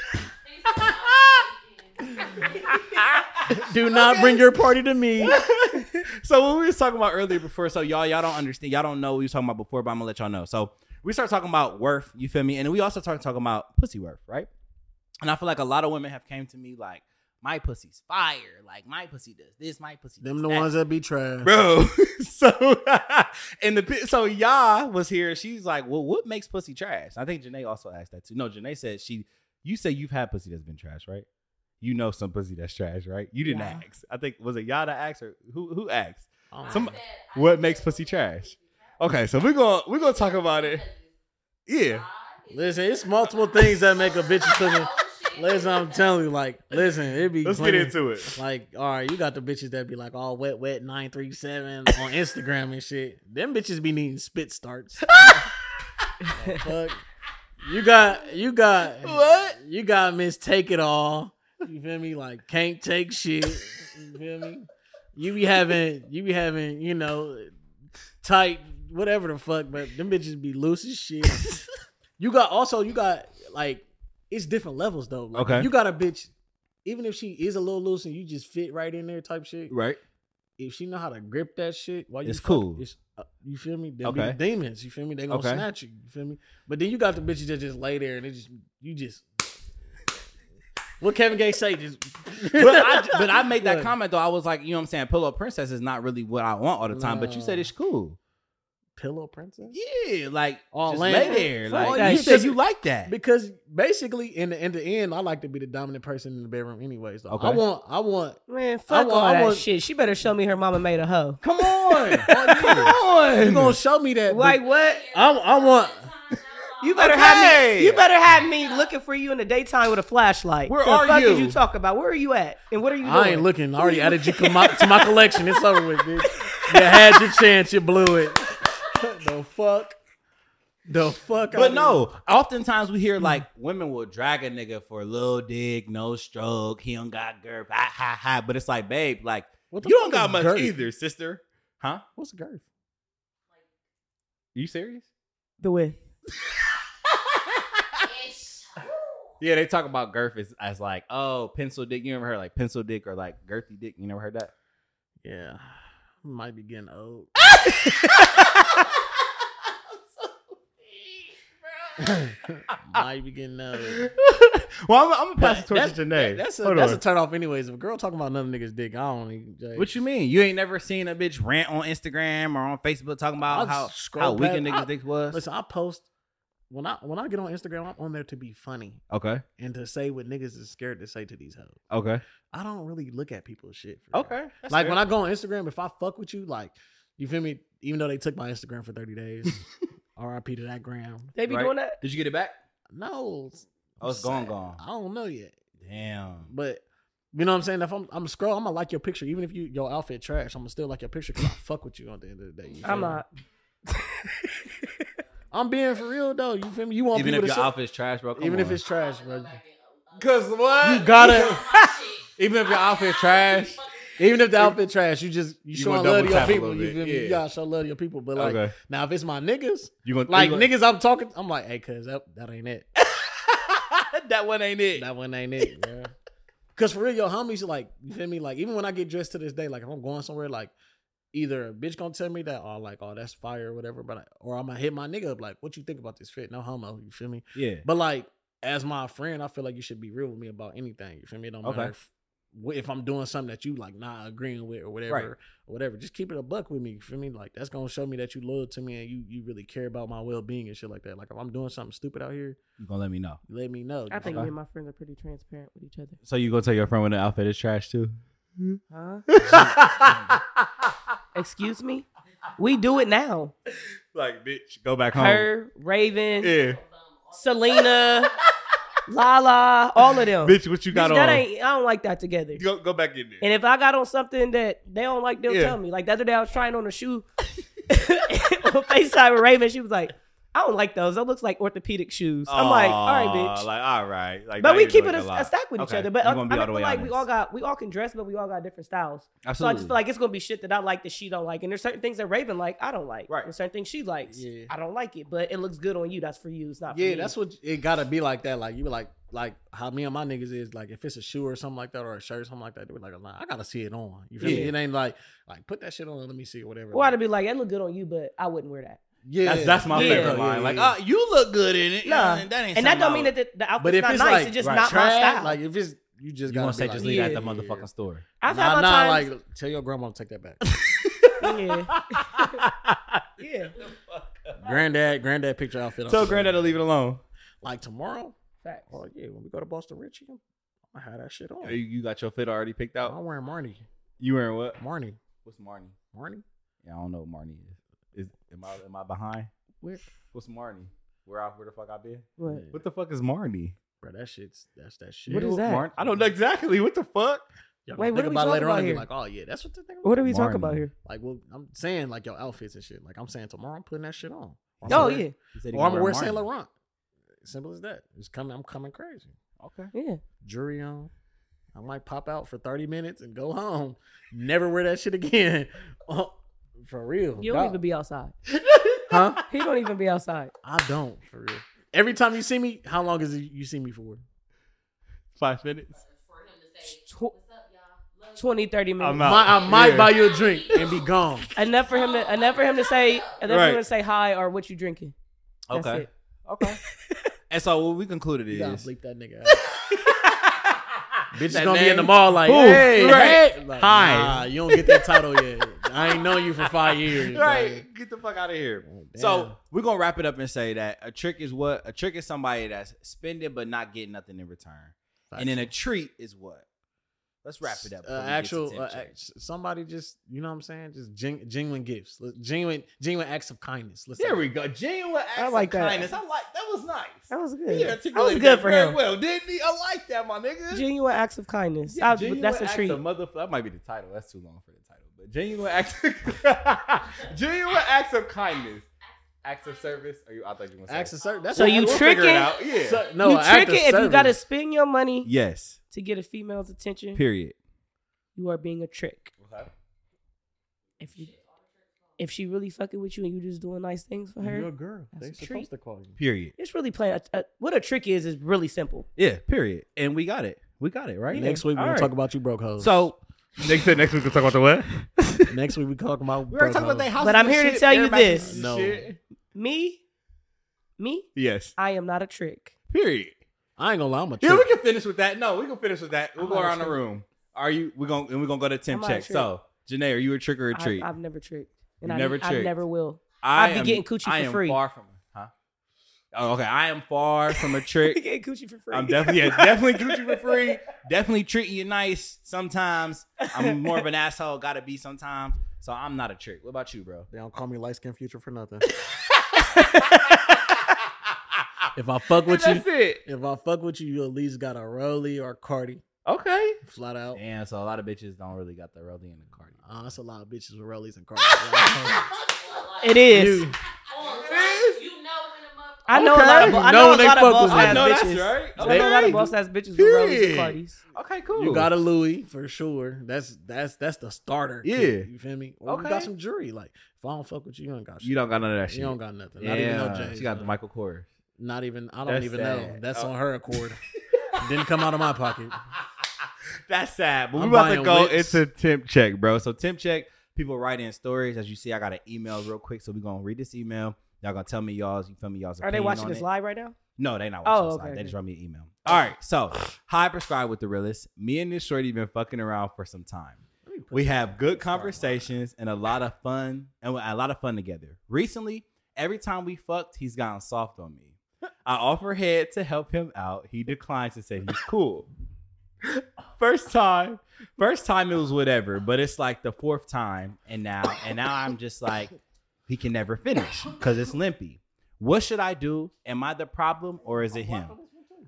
Speaker 3: Do not bring your party to me.
Speaker 1: so what we was talking about earlier before, so y'all y'all don't understand, y'all don't know what we was talking about before, but I'm gonna let y'all know. So we start talking about worth, you feel me? And then we also start talking about pussy worth, right? And I feel like a lot of women have came to me like, my pussy's fire, like my pussy does this, my pussy.
Speaker 3: Them
Speaker 1: does
Speaker 3: the
Speaker 1: that.
Speaker 3: ones that be trash.
Speaker 1: bro. so and the pi- so Yah was here. She's like, well, what makes pussy trash? I think Janae also asked that too. No, Janae said she. You say you've had pussy that's been trash, right? You know some pussy that's trash, right? You didn't
Speaker 2: Yeah.
Speaker 1: ask. I think was it Yah that asked or who who asked?
Speaker 3: Oh,
Speaker 1: Some-
Speaker 3: man.
Speaker 1: What makes pussy trash? Okay, so we're gonna we're gonna talk about it. Yeah,
Speaker 3: listen, it's multiple things that make a bitch pussy. Listen, I'm telling you, like, listen, it be.
Speaker 1: let's get
Speaker 3: plenty-
Speaker 1: into it.
Speaker 3: Like, all right, you got the bitches that be like all wet, wet, nine three seven on Instagram and shit. Them bitches be needing spit starts. The fuck. You got, you got,
Speaker 1: What?
Speaker 3: You got Miss Take It All. You feel me? Like can't take shit. You feel me? You be having, you be having, you know, tight whatever the fuck, but them bitches be loose as shit. you got also, you got like it's different levels though. Like,
Speaker 1: Okay.
Speaker 3: you got a bitch even if she is a little loose and you just fit right in there type shit,
Speaker 1: Right.
Speaker 3: if she know how to grip that shit, while you
Speaker 1: It's
Speaker 3: fuck-
Speaker 1: cool.
Speaker 3: It's, uh, you feel me? They
Speaker 1: Okay.
Speaker 3: be the demons. You feel me? They gonna
Speaker 1: Okay.
Speaker 3: snatch you. You feel me? But then you got the bitches that just lay there and they just you just what Kevin Gates say just.
Speaker 1: but, I, but I made that
Speaker 3: Look,
Speaker 1: comment though. I was like, you know what I'm saying? Pillow princess is not really what I want all the time. But you said
Speaker 3: No.
Speaker 1: it's cool.
Speaker 3: Pillow princess.
Speaker 1: Yeah, like
Speaker 3: All
Speaker 1: just lay
Speaker 3: land.
Speaker 1: there.
Speaker 2: Fuck
Speaker 1: Like
Speaker 2: that
Speaker 1: you
Speaker 2: shit.
Speaker 1: said, you like that.
Speaker 3: Because basically, in the in the end, I like to be the dominant person in the bedroom, anyways. Though. I
Speaker 1: Okay.
Speaker 3: want, I want.
Speaker 2: Man, fuck
Speaker 3: I want-
Speaker 2: all
Speaker 3: I
Speaker 2: that
Speaker 3: want-
Speaker 2: shit. She better show me her mama made a hoe.
Speaker 1: Come on, come
Speaker 3: You
Speaker 1: on.
Speaker 3: gonna show me that? but
Speaker 2: Like what?
Speaker 3: I, I want.
Speaker 2: You better have
Speaker 1: Okay.
Speaker 2: me. You better have me looking for you in the daytime with a flashlight.
Speaker 1: Where
Speaker 2: the
Speaker 1: are
Speaker 2: fuck Did
Speaker 1: you?
Speaker 2: you talk about? Where are you at? And what are you doing?
Speaker 3: I ain't looking. I already added you to my, to my collection. It's over with, bitch. You had your chance. You blew it. the fuck? The fuck? I
Speaker 1: But
Speaker 3: do?
Speaker 1: no, oftentimes we hear like women will drag a nigga for a little dick, no stroke, he don't got girth, ha ha ha. But it's like, babe, like
Speaker 3: What the
Speaker 1: you don't got
Speaker 3: fuck is
Speaker 1: much
Speaker 3: girth?
Speaker 1: either, sister. Huh?
Speaker 3: What's girth?
Speaker 1: You serious?
Speaker 2: the with.
Speaker 1: Yeah, they talk about girth as, as like, oh, pencil dick. You ever heard like pencil dick or like girthy dick? You never heard that?
Speaker 3: Yeah. Might be getting old. Might be getting old.
Speaker 1: well, I'm, I'm gonna pass it
Speaker 3: But
Speaker 1: towards to Janae.
Speaker 3: That's a,
Speaker 1: Hold
Speaker 3: that's
Speaker 1: on.
Speaker 3: a turn off, anyways. If a girl talking about another nigga's dick, I don't even. like,
Speaker 1: What you mean? You ain't never seen a bitch rant on Instagram or on Facebook talking about
Speaker 3: I'll
Speaker 1: how
Speaker 3: scroll
Speaker 1: how weak a
Speaker 3: past-
Speaker 1: niggas
Speaker 3: I-
Speaker 1: dick was?
Speaker 3: Listen, I post when I when I get on Instagram, I'm on there to be funny
Speaker 1: okay.
Speaker 3: and to say what niggas is scared to say to these hoes.
Speaker 1: Okay.
Speaker 3: I don't really look at people's shit. for real.
Speaker 1: Okay.
Speaker 3: like when I go on Instagram, if I fuck with you, like you feel me, even though they took my Instagram for 30 days, RIP to that gram.
Speaker 2: They be
Speaker 1: Right.
Speaker 2: doing that.
Speaker 1: Did you get it back?
Speaker 3: No, it's-
Speaker 1: Oh, it's gone, gone.
Speaker 3: I don't know yet,
Speaker 1: Damn.
Speaker 3: but you know what I'm saying. If I'm I'm scroll, I'm gonna like your picture, even if you your outfit trash. I'm gonna still like your picture because I fuck with you. At the end of the day, you feel
Speaker 2: I'm
Speaker 3: me?
Speaker 2: not.
Speaker 3: I'm being for real though. You feel me? You want
Speaker 1: Even if
Speaker 3: people
Speaker 1: your
Speaker 3: to
Speaker 1: outfit's trash, bro.
Speaker 3: show, even if it's trash, bro.
Speaker 1: because what
Speaker 3: You gotta
Speaker 1: even if your outfit's trash.
Speaker 3: even if the outfit trash, you just you,
Speaker 1: You
Speaker 3: showing
Speaker 1: wanna
Speaker 3: love to
Speaker 1: double
Speaker 3: your
Speaker 1: tap a
Speaker 3: people.
Speaker 1: little
Speaker 3: You feel
Speaker 1: bit,
Speaker 3: me?
Speaker 1: yeah.
Speaker 3: You gotta show love to your people. But like
Speaker 1: Okay.
Speaker 3: now, if it's my niggas,
Speaker 1: You gonna
Speaker 3: like
Speaker 1: you
Speaker 3: niggas I'm talking, I'm like, hey, cuz that, that ain't it.
Speaker 1: that one ain't it.
Speaker 3: That one ain't it, bro. Cause for real, your homies like, you feel me? Like even when I get dressed to this day, like if I'm going somewhere, like either a bitch gonna tell me that, or like, oh that's fire or whatever, but I, or I'm gonna hit my nigga up like, what you think about this fit? No homo, you feel me?
Speaker 1: Yeah.
Speaker 3: But like as my friend, I feel like you should be real with me about anything. You feel me? It don't
Speaker 1: Okay.
Speaker 3: matter if, wh- if I'm doing something that you like not agreeing with or whatever,
Speaker 1: Right.
Speaker 3: or whatever. Just keep it a buck with me. You feel me? Like that's gonna show me that you loyal to me and you you really care about my well being and shit like that. Like if I'm doing something stupid out here,
Speaker 1: You gonna let me know.
Speaker 3: let me know.
Speaker 2: I think
Speaker 1: Okay.
Speaker 2: me and my friends are pretty transparent with each other.
Speaker 1: So you gonna tell your friend when the outfit is trash too?
Speaker 2: Huh? Excuse me? We do it now.
Speaker 1: Like, bitch, go back home.
Speaker 2: Her, Raven,
Speaker 1: Yeah.
Speaker 2: Selena, Lala, all of them.
Speaker 1: Bitch, what you
Speaker 2: Bitch,
Speaker 1: got on?
Speaker 2: that ain't I don't like that together.
Speaker 1: Go, go back in there.
Speaker 2: And if I got on something that they don't like, they'll
Speaker 1: Yeah.
Speaker 2: tell me. Like the other day, I was trying on a shoe on FaceTime with Raven. She was like, I don't like those. Those looks like orthopedic shoes. I'm like, all right, bitch.
Speaker 1: Like, all right. Like, now
Speaker 2: but we
Speaker 1: you're
Speaker 2: keep it
Speaker 1: doing
Speaker 2: a, a
Speaker 1: lot.
Speaker 2: stack with each
Speaker 1: Okay,
Speaker 2: other. But
Speaker 1: you
Speaker 2: I, I
Speaker 1: gonna be
Speaker 2: mean,
Speaker 1: all the way
Speaker 2: like we all
Speaker 1: honest.
Speaker 2: got, we all can dress, but we all got different styles.
Speaker 1: Absolutely.
Speaker 2: So I just feel like it's gonna be shit that I like that she don't like, and there's certain things that Raven like I don't like,
Speaker 1: Right.
Speaker 2: And certain things she likes,
Speaker 3: Yeah.
Speaker 2: I don't like it. But it looks good on you. That's for you. It's not. for
Speaker 3: Yeah,
Speaker 2: me.
Speaker 3: that's what it gotta be like that. Like you like like how me and my niggas is like if it's a shoe or something like that or a shirt or something like that, they were like, nah, I gotta see it on. You feel me?
Speaker 1: Yeah.
Speaker 3: It ain't like like put that shit on, let me see it, whatever.
Speaker 2: Or I'd be like, it look good on you, but I wouldn't wear that.
Speaker 3: yeah,
Speaker 1: That's, that's my
Speaker 2: Yeah.
Speaker 1: favorite
Speaker 3: Yeah,
Speaker 1: line.
Speaker 3: yeah,
Speaker 1: Like,
Speaker 3: yeah.
Speaker 1: ah, you look good in it.
Speaker 2: Nah.
Speaker 1: And that ain't
Speaker 2: And that
Speaker 1: something
Speaker 2: don't
Speaker 1: I
Speaker 2: mean
Speaker 1: would-
Speaker 2: that the, the outfit's
Speaker 3: but if
Speaker 2: not
Speaker 3: it's
Speaker 2: nice.
Speaker 3: like
Speaker 2: it's just
Speaker 1: right,
Speaker 2: not my
Speaker 3: trash,
Speaker 2: style.
Speaker 3: like if it's you just
Speaker 1: You
Speaker 3: gotta
Speaker 1: want to say
Speaker 3: be
Speaker 1: just
Speaker 3: like,
Speaker 1: leave
Speaker 2: yeah,
Speaker 1: at the
Speaker 3: yeah, yeah.
Speaker 1: motherfucking store.
Speaker 2: I've had
Speaker 3: Nah,
Speaker 2: my
Speaker 3: nah,
Speaker 2: times.
Speaker 3: like tell your grandma to take that back.
Speaker 2: yeah, yeah.
Speaker 3: granddad, granddad picked your outfit. on
Speaker 1: Tell
Speaker 3: today.
Speaker 1: granddad to leave it alone.
Speaker 3: like tomorrow.
Speaker 2: Facts.
Speaker 3: Oh yeah, when we go to Boston Richie, I'm gonna have that shit on.
Speaker 1: You- You got your fit already picked out.
Speaker 3: I'm wearing Marnie.
Speaker 1: You wearing what?
Speaker 3: Marnie.
Speaker 1: What's Marnie?
Speaker 3: Marnie?
Speaker 1: Yeah, I don't know what Marnie is. Is am I am I behind?
Speaker 2: Where-
Speaker 1: What's Marnie? Where I where the fuck I been?
Speaker 2: What?
Speaker 1: What the fuck is Marnie?
Speaker 3: Bro, that shit's that's that shit.
Speaker 2: What is that?
Speaker 1: Marn- I don't know exactly. What the fuck?
Speaker 3: Y'all
Speaker 2: Wait,
Speaker 3: gonna
Speaker 2: what
Speaker 3: think
Speaker 2: are we
Speaker 3: about it
Speaker 2: talking
Speaker 3: later
Speaker 2: about
Speaker 3: on and be
Speaker 2: here?
Speaker 3: like, oh yeah, that's what the thing.
Speaker 2: What are we talking
Speaker 1: Marnie.
Speaker 2: about here?
Speaker 3: Like, well, I'm saying like your outfits and shit. Like I'm saying tomorrow, I'm putting that shit on. Or I'm
Speaker 2: Oh
Speaker 3: wearing-
Speaker 2: yeah,
Speaker 1: He said he
Speaker 3: Or
Speaker 1: gonna
Speaker 3: I'm gonna
Speaker 1: wear
Speaker 3: wear Saint
Speaker 1: Marnie.
Speaker 3: Laurent. Simple as that. It's coming. I'm coming crazy.
Speaker 1: Okay.
Speaker 2: yeah.
Speaker 3: Jury on. I might pop out for 30 minutes and go home. Never wear that shit again. Oh, for real.
Speaker 2: You don't
Speaker 3: dog.
Speaker 2: even be outside.
Speaker 3: huh?
Speaker 2: He don't even be outside.
Speaker 3: I don't. For real. Every time you see me, how long is it you see me for?
Speaker 1: Five minutes.
Speaker 2: Tw- 20, 30 minutes.
Speaker 1: I'm out.
Speaker 3: My- I might
Speaker 1: Oh, Yeah.
Speaker 3: buy you a drink and be gone.
Speaker 2: Enough for him to enough for him to say enough
Speaker 1: Right.
Speaker 2: for him to say hi or what you drinking. That's
Speaker 1: Okay.
Speaker 2: it.
Speaker 1: Okay. and so what we concluded
Speaker 3: You gotta
Speaker 1: is
Speaker 3: bleep that nigga out. Bitch is gonna be in the mall like,
Speaker 1: Who?
Speaker 3: hey,
Speaker 1: Right.
Speaker 3: hey. Like,
Speaker 1: Hi.
Speaker 3: Nah, you don't get that title yet. I ain't known you for five years.
Speaker 1: right. Get the fuck out of here.
Speaker 3: Like,
Speaker 1: So
Speaker 3: damn.
Speaker 1: we're gonna wrap it up and say that a trick is what a trick is somebody that's spending but not getting nothing in return, and then a treat is what. Let's wrap it up.
Speaker 3: Uh, actual, uh, act- somebody just, you know what I'm saying? Just gen- genuine gifts, Let- genuine, genuine acts of kindness. Let's
Speaker 1: there we go. Genuine acts
Speaker 2: I like
Speaker 1: of
Speaker 2: that.
Speaker 1: kindness. I like that was nice.
Speaker 2: That was
Speaker 1: He
Speaker 2: good. that was
Speaker 1: articulated
Speaker 2: good
Speaker 1: that
Speaker 2: for
Speaker 1: very
Speaker 2: him.
Speaker 1: Well, didn't he? I like that, my nigga.
Speaker 2: Genuine acts of kindness.
Speaker 1: Yeah,
Speaker 2: I-
Speaker 1: genuine
Speaker 2: that's a
Speaker 1: acts
Speaker 2: treat.
Speaker 1: of motherf- that might be the title. That's too long for the title. But genuine acts, genuine acts of kindness, acts of service. Are you? I thought you were gonna say
Speaker 3: Acts of service. That's
Speaker 2: So
Speaker 3: what
Speaker 2: you
Speaker 3: we'll
Speaker 1: We'll figure
Speaker 2: tricking?
Speaker 1: it out. Yeah.
Speaker 3: So, no,
Speaker 2: you
Speaker 3: an
Speaker 2: trick
Speaker 3: act of
Speaker 2: it if you
Speaker 3: service.
Speaker 2: gotta spend your money
Speaker 1: yes.
Speaker 2: to get a female's attention.
Speaker 1: Period.
Speaker 2: You are being a trick. If you if she really fucking with you and you just doing nice things for
Speaker 3: You're a
Speaker 2: her,
Speaker 3: girl.
Speaker 2: That's
Speaker 3: they
Speaker 2: a
Speaker 3: supposed
Speaker 2: treat.
Speaker 3: to call you.
Speaker 1: Period.
Speaker 2: it's really plain. A, a, what a trick is is really simple.
Speaker 1: Yeah. Period. And we got it. We got it right
Speaker 3: Next week we're
Speaker 1: All
Speaker 3: gonna
Speaker 1: right.
Speaker 3: talk about you broke hoes.
Speaker 1: So next next week we'll talk about the what?
Speaker 3: next week we talking about
Speaker 1: We already
Speaker 3: broke
Speaker 1: talking about
Speaker 3: hoes.
Speaker 1: they house.
Speaker 2: But I'm here to tell you this.
Speaker 3: No.
Speaker 2: Me, me,
Speaker 1: Yes.
Speaker 2: I am not a trick.
Speaker 1: Period.
Speaker 3: I ain't gonna lie, I'm a
Speaker 1: Yeah, we
Speaker 3: trick.
Speaker 1: can finish with that. No, we can finish with that. We'll
Speaker 2: I'm
Speaker 1: go
Speaker 2: not a
Speaker 1: around the
Speaker 2: trick.
Speaker 1: room. Are you? We're gonna and we're gonna go to temp
Speaker 2: I'm not a
Speaker 1: check.
Speaker 2: trick.
Speaker 1: So, Janae, are you a trick or a
Speaker 2: I've-
Speaker 1: treat?
Speaker 2: I've, never tricked, and
Speaker 1: You
Speaker 2: I
Speaker 1: never
Speaker 2: I
Speaker 1: tricked.
Speaker 2: never will.
Speaker 1: I
Speaker 2: I'd be
Speaker 1: am-
Speaker 2: getting coochie
Speaker 1: I
Speaker 2: for
Speaker 1: am
Speaker 2: free.
Speaker 1: Far from huh? Oh, okay, I am far from a trick.
Speaker 2: Get coochie for free.
Speaker 1: I'm definitely yeah, definitely coochie for free. Definitely treating you nice sometimes. I'm more of an asshole. Gotta be sometimes. So I'm not a trick. What about you, bro?
Speaker 3: They don't call me light skin future for nothing.
Speaker 1: And
Speaker 3: if I fuck with you,
Speaker 1: That's it.
Speaker 3: if I fuck with you, you at least got a Rolly or a Cardi,
Speaker 1: Okay.
Speaker 3: flat out.
Speaker 1: Damn. So a lot of bitches don't really got the Roddy and the Cardi.
Speaker 3: Uh, that's a lot of bitches with Rollies and Cardis.
Speaker 2: It is.
Speaker 3: You-
Speaker 2: I know a lot of.
Speaker 1: Okay.
Speaker 2: I
Speaker 3: You
Speaker 2: know,
Speaker 3: know when
Speaker 2: a
Speaker 3: they
Speaker 2: lot of
Speaker 3: fuck
Speaker 2: boss
Speaker 3: with me.
Speaker 2: ass
Speaker 3: I
Speaker 1: know that's
Speaker 2: bitches.
Speaker 1: right.
Speaker 2: I know a lot
Speaker 1: Okay.
Speaker 2: of boss ass bitches with rollies and
Speaker 1: Period.
Speaker 2: parties.
Speaker 1: Okay. Cool.
Speaker 3: You got a Louis for sure. That's that's that's the starter. kit,
Speaker 1: Yeah.
Speaker 3: you feel me? Or you
Speaker 1: Okay.
Speaker 3: got some jewelry. Like if I don't fuck with you, you don't got shit.
Speaker 1: You don't got none of that shit.
Speaker 3: You don't got nothing.
Speaker 1: yeah.
Speaker 3: Not even no James.
Speaker 1: she got the
Speaker 3: Bond.
Speaker 1: Michael Kors.
Speaker 3: Not even. I don't
Speaker 1: That's
Speaker 3: even know.
Speaker 1: sad.
Speaker 3: That's
Speaker 1: Oh.
Speaker 3: on her accord. Didn't come out of my pocket.
Speaker 1: That's sad. But we're
Speaker 3: I'm
Speaker 1: about to
Speaker 3: buying
Speaker 1: go
Speaker 3: whips.
Speaker 1: into temp check, bro. So temp check, people write in stories. As you see, I got an email real quick. So we're gonna read this email. Y'all gonna tell me y'all's you feel me y'all's
Speaker 2: Are they
Speaker 1: opinion
Speaker 2: watching
Speaker 1: on
Speaker 2: this
Speaker 1: it.
Speaker 2: live right now?
Speaker 1: No, they not
Speaker 2: Oh,
Speaker 1: watching this live.
Speaker 2: okay,
Speaker 1: They
Speaker 2: okay.
Speaker 1: just wrote me an email. All right, so hi, prescribe with the realist. Me and this shorty been fucking around for some time. We have good conversations and a lot of fun, and we- a lot of fun together. Recently, every time we fucked, he's gotten soft on me. I offer head to help him out. He declines and said he's cool. First time, first time it was whatever, but it's like the fourth time, and now and now I'm just like he can never finish because it's limpy. What should I do? Am I the problem or is it him?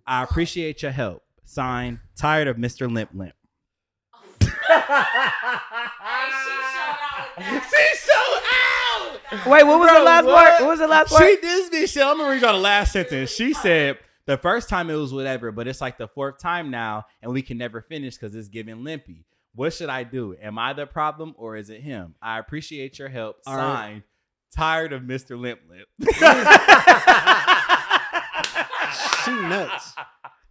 Speaker 1: I appreciate your help. Signed, tired of Mr. Limp Limp.
Speaker 2: Wait, what was the last
Speaker 1: what?
Speaker 2: part? What was the last part?
Speaker 1: She this bitch. I'm gonna read y'all the last sentence. She said the first time it was whatever, but it's like the fourth time now, and we can never finish because it's giving limpy. What should I do? Am I the problem or is it him? I appreciate your help.
Speaker 3: All
Speaker 1: Signed,
Speaker 3: right.
Speaker 1: tired of Mr. Limp Limp.
Speaker 3: She nuts.